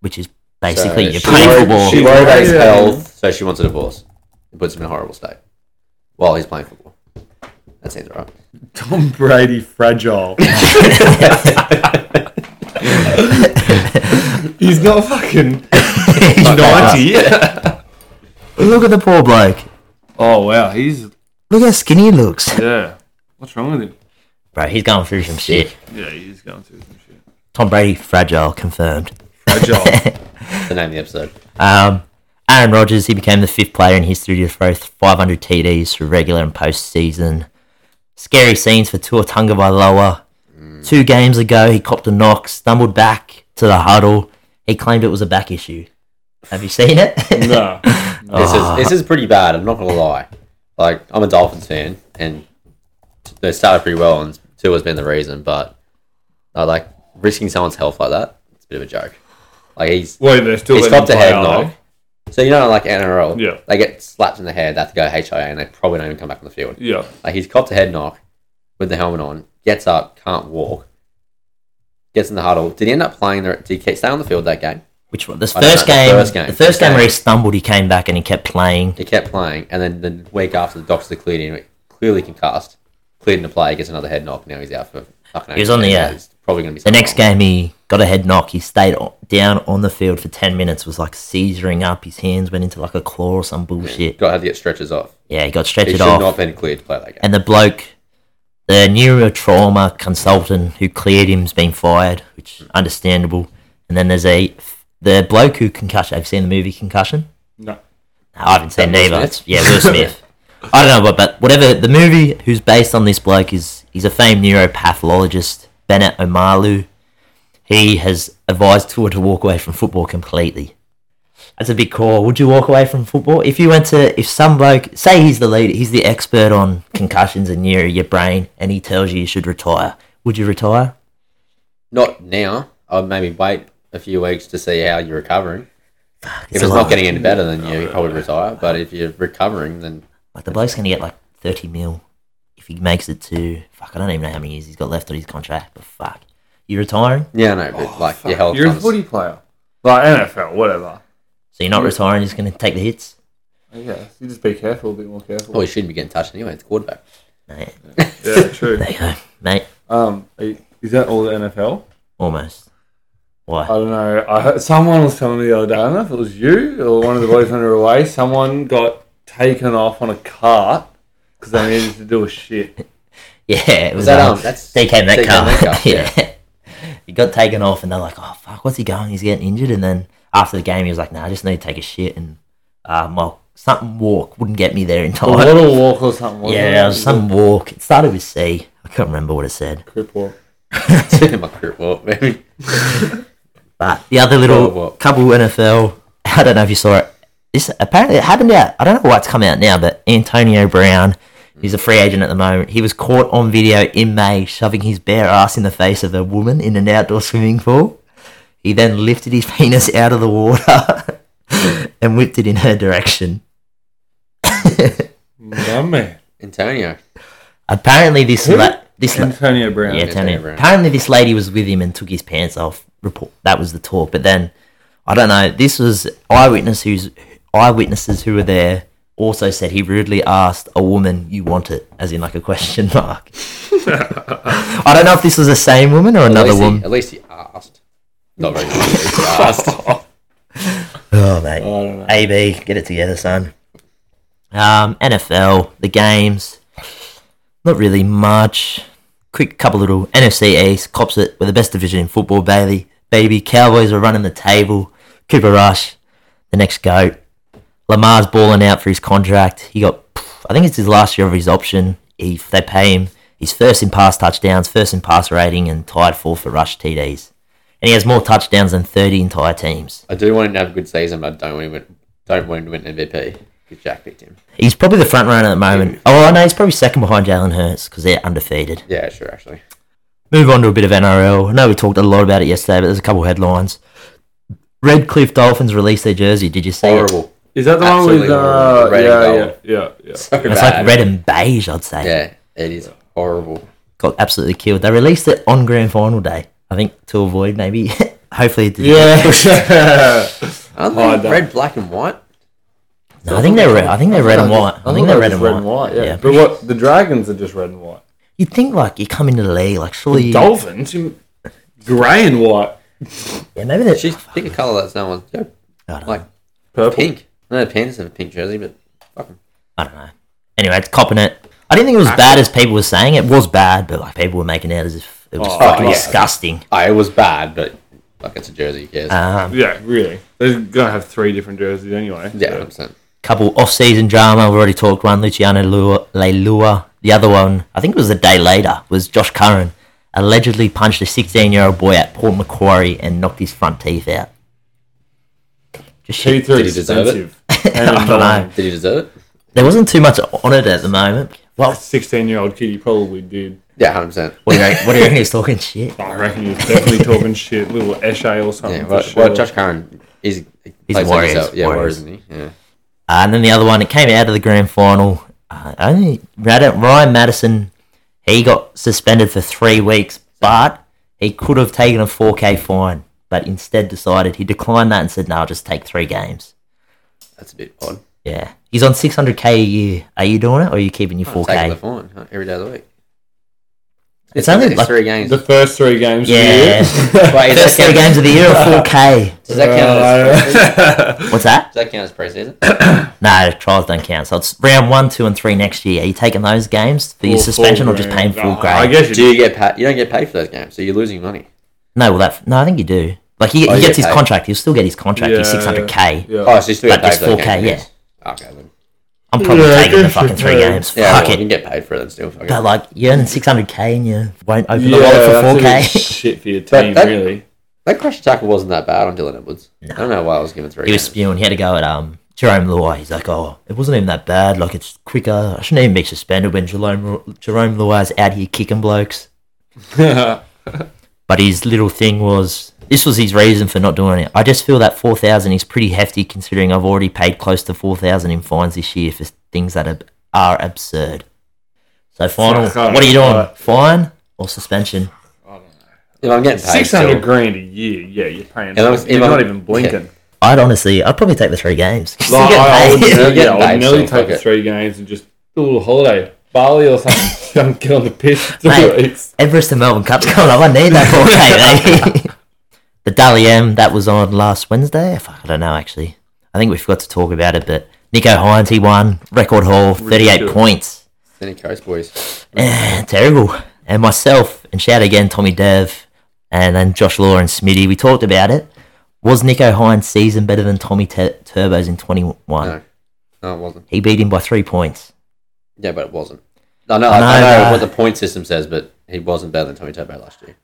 Speaker 1: which is basically
Speaker 2: So
Speaker 1: you're
Speaker 2: she
Speaker 1: playing
Speaker 2: worried-
Speaker 1: football.
Speaker 2: She worried about his
Speaker 3: Yeah.
Speaker 2: health, so she wants a divorce. It puts him in a horrible state while he's playing football. That seems right.
Speaker 3: Tom Brady fragile. He's not fucking
Speaker 1: Look at the poor bloke.
Speaker 3: Oh wow, he's
Speaker 1: Look how skinny he looks,
Speaker 3: yeah. What's wrong with him?
Speaker 1: bro. He's going through some shit.
Speaker 3: Yeah, he's going through some shit.
Speaker 1: Tom Brady fragile confirmed.
Speaker 3: Fragile.
Speaker 2: That's the name of the episode.
Speaker 1: Um, Aaron Rodgers, he became the fifth player in history to throw 500 TDs through regular and postseason. Scary scenes for Tua Tungavailoa.
Speaker 2: Mm.
Speaker 1: Two games ago, he copped a knock, stumbled back to the huddle. He claimed it was a back issue. Have you seen it? Ah.
Speaker 3: no.
Speaker 2: This is this is pretty bad. I'm not gonna lie. Like I'm a Dolphins fan, and they started pretty well, and two has been the reason. But I like risking someone's health like that. It's a bit of a joke. Like he's
Speaker 3: Wait, they're still.
Speaker 2: he's
Speaker 3: letting
Speaker 2: copped a
Speaker 3: him
Speaker 2: head
Speaker 3: play, eh? are
Speaker 2: knock. So you know, like NRL,
Speaker 3: Yeah.
Speaker 2: they get slapped in the head. They have to go HIA, and they probably don't even come back on the field.
Speaker 3: they? Yeah.
Speaker 2: Like he's copped a head knock with the helmet on, gets up, can't walk, gets in the huddle. Did he end up playing? The, did he stay on the field that game?
Speaker 1: Which one? This
Speaker 2: I don't know,
Speaker 1: first
Speaker 2: the
Speaker 1: game,
Speaker 2: first game.
Speaker 1: the first game where he stumbled, he came back and he kept playing.
Speaker 2: He kept playing, and then the week after, the doctors declared him clearly concussed, cleared into play, gets another head knock. Now he's out for fucking.
Speaker 1: He was on the, uh,
Speaker 2: He's probably going to be
Speaker 1: The next game, he got a head knock. He stayed o- down on the field for 10 minutes, was like seizuring up. His hands went into like a claw or some bullshit.
Speaker 2: Got had to get stretchers off.
Speaker 1: Yeah, he got
Speaker 2: He
Speaker 1: stretched
Speaker 2: should
Speaker 1: off.
Speaker 2: not have been cleared to play that game.
Speaker 1: and the bloke, the neurotrauma consultant who cleared him's been fired, which understandable. And then there's a the bloke who concussion. Have you seen the movie Concussion?
Speaker 3: No.
Speaker 1: No, I haven't seen
Speaker 2: Will
Speaker 1: either.
Speaker 2: Smith?
Speaker 1: It's- Yeah, Will Smith. I don't know what, but whatever. The movie who's based on this bloke is he's a famed neuropathologist, Bennett Omalu. He has advised Tua to walk away from football completely. That's a big call. Would you walk away from football if you went to if some bloke say he's the leader, he's the expert on concussions and neuro your brain, and he tells you you should retire? Would you retire?
Speaker 2: Not now. I'd maybe wait a few weeks to see how you're recovering. If
Speaker 1: it's
Speaker 2: it's,
Speaker 1: a lot.
Speaker 2: not getting any better, then you probably retire. But if you're recovering, then
Speaker 1: Like the bloke's gonna get like thirty mil if he makes it to fuck. I don't even know how many years he's got left on his contract, but fuck, you retiring?
Speaker 2: yeah, no. But like your health
Speaker 3: You're a
Speaker 2: comes-
Speaker 3: footy player. Like NFL, whatever.
Speaker 1: So you're not retiring, you're just going to take the hits?
Speaker 3: Yeah, you just be careful, be more careful.
Speaker 2: Well,
Speaker 1: Oh,
Speaker 2: you shouldn't be getting touched anyway. It's quarterback.
Speaker 1: Mate,
Speaker 3: Yeah, true.
Speaker 1: there you go, mate.
Speaker 3: Um, are you- is that all the NFL?
Speaker 1: Almost. Why?
Speaker 3: I
Speaker 2: Oh.
Speaker 3: don't know. I heard, someone was telling me the other day. I don't know if it was you or one of the boys under away. Someone got taken off on a cart because they needed to do a shit.
Speaker 1: yeah, it was
Speaker 2: that,
Speaker 1: um,
Speaker 2: um, that's-
Speaker 1: DK Metcalf.
Speaker 2: DK Metcalf,
Speaker 1: yeah. he got taken off, and they're like, "Oh fuck, what's he going? He's getting injured." And then after the game, he was like, "Nah, I just need to take a shit." And uh, well, something walk wouldn't get me there in
Speaker 3: A
Speaker 1: time.
Speaker 3: little walk or something. Wasn't
Speaker 1: Yeah, it
Speaker 3: it?
Speaker 1: was some walk. It started with C. I can't remember what it said.
Speaker 3: Crip walk.
Speaker 2: My career, well, maybe.
Speaker 1: But the other little
Speaker 2: Oh, what?
Speaker 1: couple NFL, I don't know if you saw it. This apparently it happened out. I don't know why it's come out now, but Antonio Brown, he's a free agent at the moment. He was caught on video in May shoving his bare ass in the face of a woman in an outdoor swimming pool. He then lifted his penis out of the water and whipped it in her direction.
Speaker 3: Yummy.
Speaker 2: Antonio.
Speaker 1: Apparently, this
Speaker 3: Who?
Speaker 1: la- this la-
Speaker 3: Antonio Brown.
Speaker 1: Yeah, Tony.
Speaker 2: Tony Brown.
Speaker 1: Apparently, this lady was with him and took his pants off. Report that was the talk. But then, I don't know. This was eyewitness who's eyewitnesses who were there also said he rudely asked a woman, "You want it?" as in like a question mark. I don't know if this was the same woman or
Speaker 2: At
Speaker 1: another
Speaker 2: least, he,
Speaker 1: woman.
Speaker 2: at least he asked. Not very much. At least he asked.
Speaker 1: Oh mate,
Speaker 3: I don't know.
Speaker 1: AB, get it together, son. Um, NFL, the games, not really much. Quick couple little NFC East, cops it. We're the best division in football, baby. Baby, Cowboys are running the table. Cooper Rush, the next goat. Lamar's balling out for his contract. He got, I think it's his last year of his option. If they pay him, he's first in pass touchdowns, first in pass rating, and tied fourth for rush TDs. And he has more touchdowns than 30 entire teams.
Speaker 2: I do want him to have a good season, but I don't want him to, don't want him to win MVP. Because Jack picked him.
Speaker 1: He's probably the front runner at the moment. Oh, I know he's probably second behind Jalen Hurts because they're undefeated.
Speaker 2: Yeah, sure, actually.
Speaker 1: Move on to a bit of NRL. I know we talked a lot about it yesterday, but there's a couple headlines. Redcliffe Dolphins released their jersey. Did you see it?
Speaker 2: Horrible.
Speaker 3: Is that the one
Speaker 2: Absolutely
Speaker 3: with uh,
Speaker 2: red
Speaker 3: yeah,
Speaker 2: and
Speaker 3: yeah,
Speaker 2: gold.
Speaker 3: yeah, yeah,
Speaker 2: So
Speaker 1: It's
Speaker 2: bad.
Speaker 1: like red and beige, I'd say.
Speaker 2: Yeah, it is horrible.
Speaker 1: Got absolutely killed. They released it on grand final day. I think to avoid maybe. Hopefully it didn't.
Speaker 3: yeah?
Speaker 2: Aren't
Speaker 3: Oh, I
Speaker 2: they
Speaker 3: don't-
Speaker 2: red, black, and white?
Speaker 1: No, I think they're red. I think they're red and white. I think they're red and white.
Speaker 3: Yeah,
Speaker 1: Yeah.
Speaker 3: but what the dragons are just red and white.
Speaker 1: You'd think like you come into the league like surely you,
Speaker 3: Dolphins, you- grey and white,
Speaker 1: yeah maybe they're
Speaker 2: She's pick a colour that's no one's. Go
Speaker 1: I don't
Speaker 2: like
Speaker 1: know.
Speaker 3: purple.
Speaker 2: pink. No, the Panthers have a pink jersey, but fuck 'em.
Speaker 1: I don't know. Anyway, it's copping it. I didn't think it was bad as people were saying. It was bad, but like people were making out as if it was
Speaker 3: Oh,
Speaker 1: fucking
Speaker 2: yeah.
Speaker 1: disgusting.
Speaker 2: Ah, it was bad, but like it's a jersey, who cares?
Speaker 1: Um,
Speaker 3: Yeah, really. They're gonna have three different jerseys anyway.
Speaker 2: yeah,
Speaker 3: so-
Speaker 2: 100%.
Speaker 1: couple off-season drama. We've already talked one. Luciano Lua- Leilua. The other one, I think it was a day later, was Josh Curran allegedly punched a 16-year-old boy at Port Macquarie and knocked his front teeth out. Just shit.
Speaker 3: Teeth are
Speaker 2: Did he deserve it?
Speaker 3: expensive. And um,
Speaker 1: I don't know.
Speaker 2: Did he deserve it?
Speaker 1: There wasn't too much on it at the moment. Well,
Speaker 3: Sixteen-year-old kid, he probably did.
Speaker 2: Yeah, 100%.
Speaker 1: what do you reckon? What do you reckon he was talking shit?
Speaker 3: I reckon he was definitely talking shit, little Eshe or something.
Speaker 2: Yeah,
Speaker 3: for
Speaker 2: well,
Speaker 3: sure.
Speaker 2: well, Josh Curran is
Speaker 1: He's
Speaker 2: plays like
Speaker 1: Warriors,
Speaker 2: himself. Yeah,
Speaker 1: Warriors.
Speaker 2: Warriors, isn't he? Yeah.
Speaker 1: Uh, and then the other one, it came out of the grand final. Uh, only Rad- Ryan Madison, he got suspended for three weeks, but he could have taken a 4K fine, but instead decided he declined that and said, "No, I'll just take three games."
Speaker 2: That's a bit odd.
Speaker 1: Yeah, he's on 600K a year. Are you doing it, or are you keeping your
Speaker 2: Taking the
Speaker 1: 4K?
Speaker 2: fine huh, every day of the week.
Speaker 1: It's only
Speaker 2: it's
Speaker 1: like-
Speaker 2: three games.
Speaker 3: The first three games.
Speaker 1: Yeah.
Speaker 2: Wait, is
Speaker 1: First
Speaker 2: that
Speaker 1: three
Speaker 2: count-
Speaker 1: games of the year are 4K.
Speaker 2: Does that count as preseason?
Speaker 1: What's that?
Speaker 2: Does that count as preseason?
Speaker 1: No, trials don't count. So it's round one, two, and three next year. Are you taking those games for your suspension or just paying
Speaker 2: Oh,
Speaker 1: full grade?
Speaker 3: I guess you
Speaker 2: Do you get paid? You don't get paid for those games, so you're losing money.
Speaker 1: No, well, that no, I think you do. Like he,
Speaker 2: Oh,
Speaker 1: he
Speaker 2: you
Speaker 1: gets
Speaker 2: get
Speaker 1: his
Speaker 2: paid.
Speaker 1: contract. He'll still get his contract.
Speaker 3: Yeah,
Speaker 1: He's six hundred k.
Speaker 3: Yeah.
Speaker 2: Oh, so you still get
Speaker 1: But
Speaker 2: paid
Speaker 1: it's
Speaker 2: for those
Speaker 1: 4K,
Speaker 2: games. Yeah. Okay then.
Speaker 1: I'm probably
Speaker 3: Yeah, I
Speaker 1: taking the
Speaker 3: guess
Speaker 1: fucking
Speaker 3: you
Speaker 1: three
Speaker 3: do.
Speaker 1: games.
Speaker 2: Yeah,
Speaker 1: Fuck
Speaker 2: well, you
Speaker 1: it.
Speaker 2: can get paid for them still. Okay.
Speaker 1: But like you're earning six hundred k and you won't open
Speaker 3: Yeah,
Speaker 1: the wallet for four
Speaker 3: that's a bit
Speaker 1: k.
Speaker 3: shit for your
Speaker 2: But
Speaker 3: team,
Speaker 2: that-
Speaker 3: really.
Speaker 2: That crash tackle wasn't that bad on Dylan Edwards. I don't know why I was given three.
Speaker 1: He was
Speaker 2: games.
Speaker 1: spewing. He had to go at um Jerome Luai. He's like, oh, it wasn't even that bad. Like it's quicker. I shouldn't even be suspended when Jerome Jerome Luai's out here kicking blokes. But his little thing was this was his reason for not doing it. I just feel that four thousand is pretty hefty considering I've already paid close to four thousand in fines this year for things that are, are absurd. So final,
Speaker 3: Fuck, I don't
Speaker 1: what are you doing?
Speaker 3: know.
Speaker 1: Fine or suspension?
Speaker 2: If I'm getting paid
Speaker 3: Six hundred
Speaker 2: still-
Speaker 3: grand a year. Yeah, you're paying.
Speaker 2: And I was-
Speaker 3: you're
Speaker 2: if
Speaker 3: not
Speaker 2: I'm-
Speaker 3: even blinking.
Speaker 1: I'd honestly, I'd probably take the three games. 'Cause you
Speaker 3: Like,
Speaker 1: get
Speaker 3: I, I would,
Speaker 1: paid.
Speaker 2: You're
Speaker 3: yeah,
Speaker 2: getting
Speaker 3: I
Speaker 2: paid,
Speaker 3: would nearly
Speaker 2: so
Speaker 3: take
Speaker 2: fuck
Speaker 3: the
Speaker 2: it.
Speaker 3: three games and just do a little holiday, Bali or something. Don't get on the piss. for two
Speaker 1: Mate.
Speaker 3: weeks.
Speaker 1: Everest and Melbourne Cup's coming up. I need that 4K, mate. eh? the Dally M, that was on last Wednesday. Fuck, I don't know, actually. I think we forgot to talk about it, but Nico Hines, he won. Record haul, 38
Speaker 3: Ridiculous.
Speaker 1: points.
Speaker 2: Sydney Coast boys.
Speaker 1: Eh, terrible. And myself, and shout again, Tommy Dev, and then Josh Law and Smitty. We talked about it. Was Nico Hines' season better than Tommy Tur- Turbo's in 21?
Speaker 2: No. No, it wasn't.
Speaker 1: He beat him by three points.
Speaker 2: Yeah, but it wasn't. I know,
Speaker 1: I
Speaker 2: I, I
Speaker 1: know,
Speaker 2: know
Speaker 1: but-
Speaker 2: what the point system says, but he wasn't better than Tommy Turbo last year.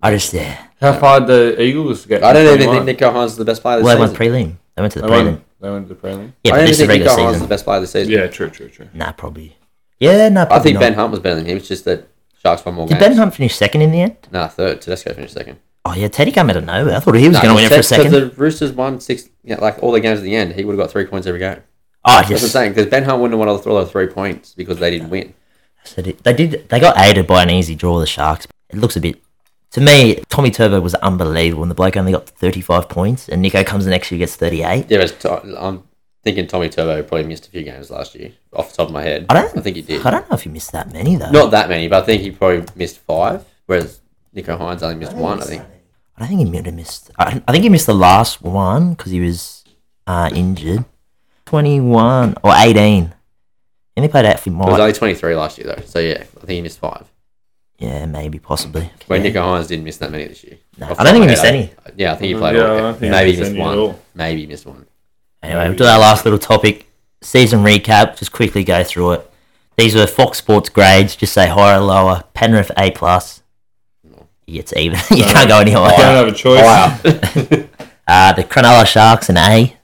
Speaker 1: I just, yeah.
Speaker 3: How far did the Eagles get?
Speaker 2: I don't
Speaker 3: to
Speaker 2: even
Speaker 3: 21?
Speaker 2: think Nico Hines is the best player this
Speaker 1: Well, they went
Speaker 2: season.
Speaker 1: prelim. They went to the
Speaker 3: They
Speaker 1: prelim.
Speaker 3: went, they went to the prelim.
Speaker 1: Yeah,
Speaker 2: I
Speaker 1: but this
Speaker 2: don't even
Speaker 1: is
Speaker 2: think
Speaker 1: regular
Speaker 2: Nico Hines is the
Speaker 1: season.
Speaker 2: best player this season.
Speaker 3: Yeah, true, true, true.
Speaker 1: Nah, probably. Yeah, no,
Speaker 2: I
Speaker 1: probably
Speaker 2: think
Speaker 1: not.
Speaker 2: Ben Hunt was better than him. It's just that Sharks won more
Speaker 1: Did Ben
Speaker 2: games.
Speaker 1: Hunt finish second in the end?
Speaker 2: nah, third. Tedesco finished second.
Speaker 1: Oh, yeah, Teddy came out of nowhere. I thought he was
Speaker 2: Nah,
Speaker 1: going to win it for a
Speaker 2: because
Speaker 1: second.
Speaker 2: The Roosters won six, yeah, like all the games at the end. He would have got three points every game.
Speaker 1: oh,
Speaker 2: That's what I'm
Speaker 1: yes.
Speaker 2: saying. Because Ben Hunt wouldn't have won all the all the three points because they didn't win.
Speaker 1: So they they did. They got aided by an easy draw. The Sharks. It looks a bit. To me, Tommy Turbo was unbelievable, and the bloke only got 35 points, and Nico comes in next year gets 38.
Speaker 2: Yeah, but to- I'm thinking Tommy Turbo probably missed a few games last year, off the top of my head.
Speaker 1: I don't.
Speaker 2: think he did.
Speaker 1: I don't know if he missed that many though.
Speaker 2: Not that many, but I think he probably missed five, whereas Nico Hines only missed one, I think.
Speaker 1: I don't think he might have missed. I, I think he missed the last one because he was uh, injured. 21 or 18. And he played out for
Speaker 2: It was
Speaker 1: Mike.
Speaker 2: only 23 last year, though. So, yeah, I think he missed five.
Speaker 1: yeah, maybe possibly.
Speaker 2: Where
Speaker 1: Yeah.
Speaker 2: Nico Hines didn't miss that many this year.
Speaker 1: No,
Speaker 2: Off
Speaker 1: I
Speaker 2: the
Speaker 1: don't
Speaker 2: top
Speaker 1: think he
Speaker 2: of
Speaker 1: missed
Speaker 2: my
Speaker 1: any.
Speaker 2: head, I- Yeah, I think he played
Speaker 3: Yeah, I
Speaker 2: all.
Speaker 3: don't think he
Speaker 2: Maybe he
Speaker 3: missed
Speaker 2: missed
Speaker 3: any at
Speaker 2: one.
Speaker 3: all.
Speaker 2: Maybe he missed one.
Speaker 1: Anyway, we'll do our last little topic season recap. Just quickly go through it. These were Fox Sports grades. Just say higher or lower. Penrith A plus. It's even. you can't go any
Speaker 3: I don't
Speaker 1: higher.
Speaker 3: have a choice.
Speaker 1: Uh, the Cronulla Sharks an A.
Speaker 2: I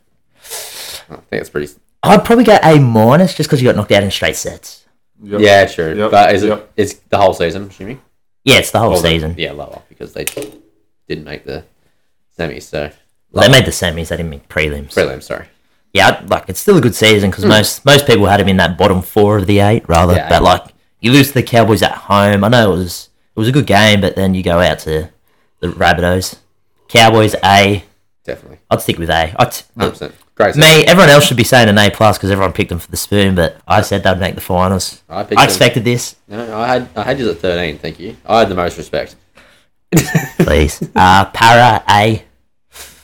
Speaker 2: think it's pretty.
Speaker 1: I'd probably go A minus just because you got knocked out in straight sets.
Speaker 3: Yep.
Speaker 2: Yeah, true.
Speaker 3: Yep,
Speaker 2: But is it?
Speaker 3: yep.
Speaker 2: It's the whole season, I'm assuming.
Speaker 1: Yeah, it's the whole
Speaker 2: Well, the-
Speaker 1: season.
Speaker 2: yeah, lower because they didn't make the semis. So
Speaker 1: They made the semis. They didn't make prelims.
Speaker 2: prelim, sorry.
Speaker 1: Yeah, I'd- like it's still a good season because most most people had him in that bottom four of the eight rather.
Speaker 2: Hmm. Yeah,
Speaker 1: but
Speaker 2: yeah.
Speaker 1: like you lose to the Cowboys at home. I know it was it was a good game, but then you go out to the Rabbitohs. Cowboys A.
Speaker 2: Definitely,
Speaker 1: I'd stick with A. I t-
Speaker 2: hundred percent. Great. season.
Speaker 1: me, everyone else should be saying an A plus because everyone picked them for the spoon, but I said they'd make the finals.
Speaker 2: I picked
Speaker 1: I
Speaker 2: them.
Speaker 1: expected this.
Speaker 2: No, no, I had I had you at thirteen. Thank you. I had the most respect.
Speaker 1: Please, uh, para A.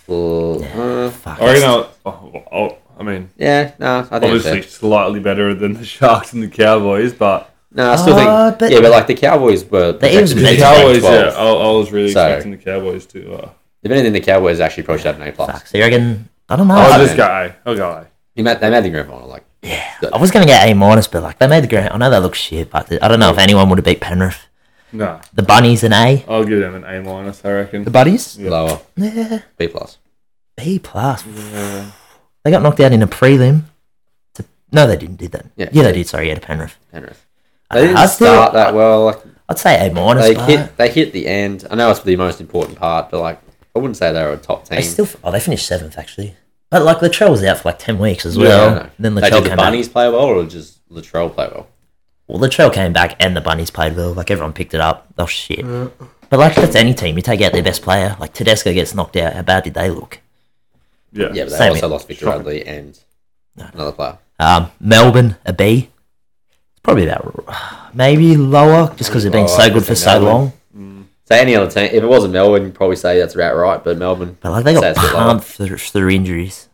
Speaker 2: Well, uh,
Speaker 1: Fuck.
Speaker 3: I reckon I'll, oh, oh, I mean,
Speaker 2: yeah, no, I think it's
Speaker 3: obviously
Speaker 2: fair.
Speaker 3: slightly better than the Sharks and the Cowboys, but
Speaker 2: no, I still
Speaker 1: Uh,
Speaker 2: think
Speaker 1: but-
Speaker 2: yeah, but like the Cowboys were
Speaker 1: The Eagles
Speaker 2: projected
Speaker 1: were
Speaker 2: to
Speaker 1: meant
Speaker 3: the
Speaker 2: be
Speaker 1: to make
Speaker 3: Cowboys, yeah, oh.
Speaker 2: 12.
Speaker 3: I, I was really
Speaker 2: So-
Speaker 3: expecting the Cowboys to. Uh,
Speaker 2: If anything, the Cowboys actually probably should have an A plus.
Speaker 1: Fuck. So you reckon? I don't know.
Speaker 3: I'll
Speaker 1: I,
Speaker 3: just go A. I'll go A.
Speaker 2: They made, they made the grand final. Like yeah,
Speaker 1: I was gonna get A minus, but like they made the grand. I know they look shit, but I don't know if anyone would have beat Penrith.
Speaker 3: No,
Speaker 1: The Bunnies an A.
Speaker 3: I'll give them an A minus. I reckon.
Speaker 1: The Bunnies.
Speaker 2: lower
Speaker 1: Yeah.
Speaker 2: B plus.
Speaker 1: B plus. They got knocked out in a prelim. To, no, they didn't. Did that?
Speaker 2: Yeah.
Speaker 1: they did. Sorry, yeah, to Penrith.
Speaker 2: Penrith. They didn't
Speaker 1: Uh, I still-
Speaker 2: start that well. Like,
Speaker 1: I'd say A minus.
Speaker 2: they
Speaker 1: but
Speaker 2: hit they hit the end. I know it's the most important part, but like I wouldn't say they were a top team.
Speaker 1: They still. Oh, they finished seventh actually. But like Latrell was out for like ten weeks as
Speaker 3: Yeah,
Speaker 1: well.
Speaker 2: I don't know.
Speaker 1: Then
Speaker 2: Like,
Speaker 1: Latrell
Speaker 2: did the
Speaker 1: came
Speaker 2: bunnies play well or just Latrell play well?
Speaker 1: back. Well, Latrell came back and the Bunnies played well. Like everyone picked it up. Oh shit. But like that's any team. You take out their best player. Like Tedesco gets knocked out. How bad did they look?
Speaker 3: Yeah.
Speaker 2: Yeah, but they
Speaker 1: Same
Speaker 2: also
Speaker 1: here.
Speaker 2: lost Victor
Speaker 3: Sure.
Speaker 2: Radley and another player.
Speaker 1: Um, Melbourne a B. probably about maybe lower, just because it's been
Speaker 2: Lower,
Speaker 1: so good for
Speaker 2: I'd say
Speaker 1: so
Speaker 2: Melbourne.
Speaker 1: long.
Speaker 2: So any other team, if it wasn't Melbourne, you'd probably say that's about right. But Melbourne,
Speaker 1: But like they
Speaker 2: I'd say
Speaker 1: got
Speaker 2: it's a bit lower.
Speaker 1: pumped through, through injuries.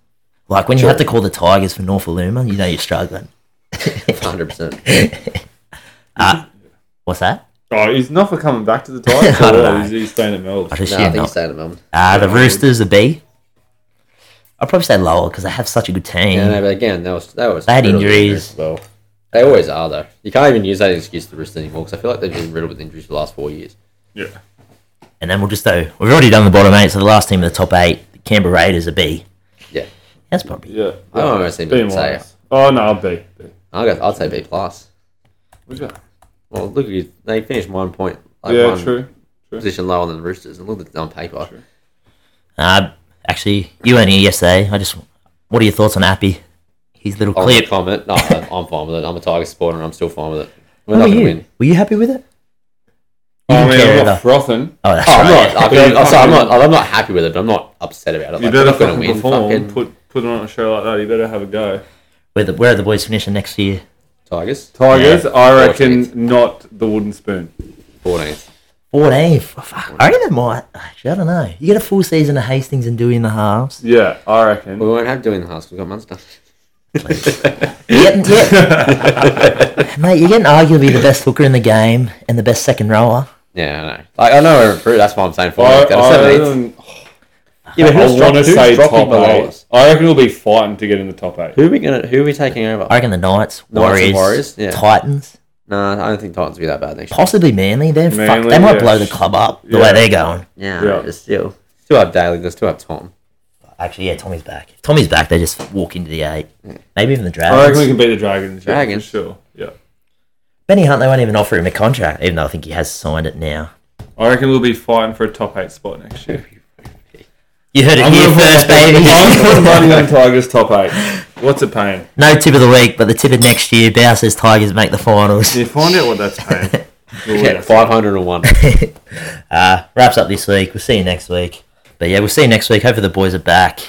Speaker 1: Like when you have to call the Tigers for North Aluma, you know you're struggling.
Speaker 2: 100. percent
Speaker 1: What's that?
Speaker 3: Oh, he's not for coming back to the Tigers.
Speaker 1: I don't
Speaker 3: or
Speaker 1: know.
Speaker 3: Is he staying at Melbourne?
Speaker 1: I just
Speaker 2: No, I
Speaker 1: yeah,
Speaker 2: think
Speaker 1: not.
Speaker 2: he's staying at Melbourne.
Speaker 1: Uh, the Roosters, the B. I'd probably say lower because they have such a good team.
Speaker 2: Yeah, no, but again, that was that was
Speaker 1: They had
Speaker 2: riddled with
Speaker 1: injuries.
Speaker 2: as well, they always are though. You can't even use that excuse to risk anymore because I feel like they've been riddled with injuries for the last four years.
Speaker 3: Yeah.
Speaker 1: And then we'll just do. We've already done the bottom eight, so the last team in the top eight, the Canberra Raiders, a B.
Speaker 2: Yeah.
Speaker 1: That's probably.
Speaker 3: Yeah.
Speaker 2: I don't almost seem
Speaker 3: B
Speaker 2: to say.
Speaker 3: minus. Oh, no, B. B.
Speaker 2: I'll go, I'd say B plus.
Speaker 3: What's that?
Speaker 2: Well, look at you. They finished one point. Like
Speaker 3: Yeah,
Speaker 2: one
Speaker 3: true.
Speaker 2: Position lower than the Roosters, and look at it on paper.
Speaker 3: True.
Speaker 1: Uh, actually, you weren't here yesterday. I just. What are your thoughts on Appy? His little
Speaker 2: I'll
Speaker 1: clip.
Speaker 2: comment. No, I'm I'm fine with it. I'm a Tiger supporter, and I'm still fine with it. We're
Speaker 1: What were
Speaker 2: not going to
Speaker 1: you?
Speaker 2: win.
Speaker 1: Were you happy with it? You
Speaker 3: I
Speaker 1: didn't
Speaker 3: mean,
Speaker 1: care
Speaker 3: I'm
Speaker 1: either.
Speaker 3: not frothing.
Speaker 1: Oh, that's
Speaker 2: Oh, I'm
Speaker 1: right.
Speaker 2: not. I
Speaker 3: Yeah,
Speaker 2: feel-
Speaker 3: you
Speaker 2: I'm, sorry, I'm
Speaker 3: fucking-
Speaker 2: not. I'm not happy with it, but I'm not upset about it.
Speaker 3: You
Speaker 2: Like,
Speaker 3: better
Speaker 2: we're not
Speaker 3: fucking
Speaker 2: going to win.
Speaker 3: perform.
Speaker 2: Fucking
Speaker 3: Put, put on a show like that. You better have a go.
Speaker 1: Where, the, where are the boys finishing next year?
Speaker 2: Tigers.
Speaker 3: Tigers, I reckon
Speaker 2: Fourteenth.
Speaker 3: not the wooden spoon.
Speaker 2: 14th.
Speaker 1: 14. Fuck. I reckon it might. Actually, I don't know. You get a full season of Hastings and Dewey in the halves.
Speaker 3: Yeah, I reckon.
Speaker 2: We won't have doing the house. We've got Munster.
Speaker 1: You're getting, yeah. mate, you're getting arguably the best hooker in the game and the best second rower.
Speaker 2: Yeah, I know. Like, I know we're improved. That's why I'm saying 14th. Go
Speaker 3: I,
Speaker 2: to
Speaker 3: I,
Speaker 2: 17th.
Speaker 3: reckon-
Speaker 2: Yeah, but
Speaker 3: I
Speaker 2: who's dropped-
Speaker 3: want to
Speaker 2: who's
Speaker 3: say
Speaker 2: dropping
Speaker 3: top
Speaker 2: below
Speaker 3: eight.
Speaker 2: us?
Speaker 3: I reckon we'll be fighting to get in the top eight.
Speaker 2: Who are we gonna? Who are we taking over?
Speaker 1: I reckon the Knights,
Speaker 2: and
Speaker 1: Warriors,
Speaker 2: Warriors, yeah.
Speaker 1: Titans,
Speaker 2: Nah, I don't think Titans will be that bad next year.
Speaker 1: possibly Manly. They're fucked.
Speaker 3: Manly,
Speaker 1: They might
Speaker 3: yeah.
Speaker 1: blow the club up the
Speaker 3: Yeah.
Speaker 1: way they're going.
Speaker 2: Yeah,
Speaker 3: Yeah.
Speaker 2: but still, still have Daly. They still have Tom.
Speaker 1: Actually, yeah, Tommy's back. If Tommy's back, they just walk into the eight. Maybe even the
Speaker 3: I reckon we
Speaker 1: Dragons.
Speaker 3: can beat the Dragons. yeah,
Speaker 2: Dragons.
Speaker 3: for sure. Yeah,
Speaker 1: Benny Hunt, they won't even offer him a contract, even though I think he has signed it now.
Speaker 3: I reckon we'll be fighting for a top eight spot next year.
Speaker 1: You heard it
Speaker 3: I'm
Speaker 1: here
Speaker 3: gonna
Speaker 1: first,
Speaker 3: put- I'm putting
Speaker 1: baby.
Speaker 3: money on Tigers top eight. What's it paying?
Speaker 1: no tip of the week, but the tip of next year. Bow says Tigers make the finals.
Speaker 3: Can you find out what that's paying? Well,
Speaker 2: Yeah,
Speaker 3: yes.
Speaker 2: five hundred and one.
Speaker 1: wraps up this week. We'll see you next week. But yeah, we'll see you next week. Hopefully the boys are back.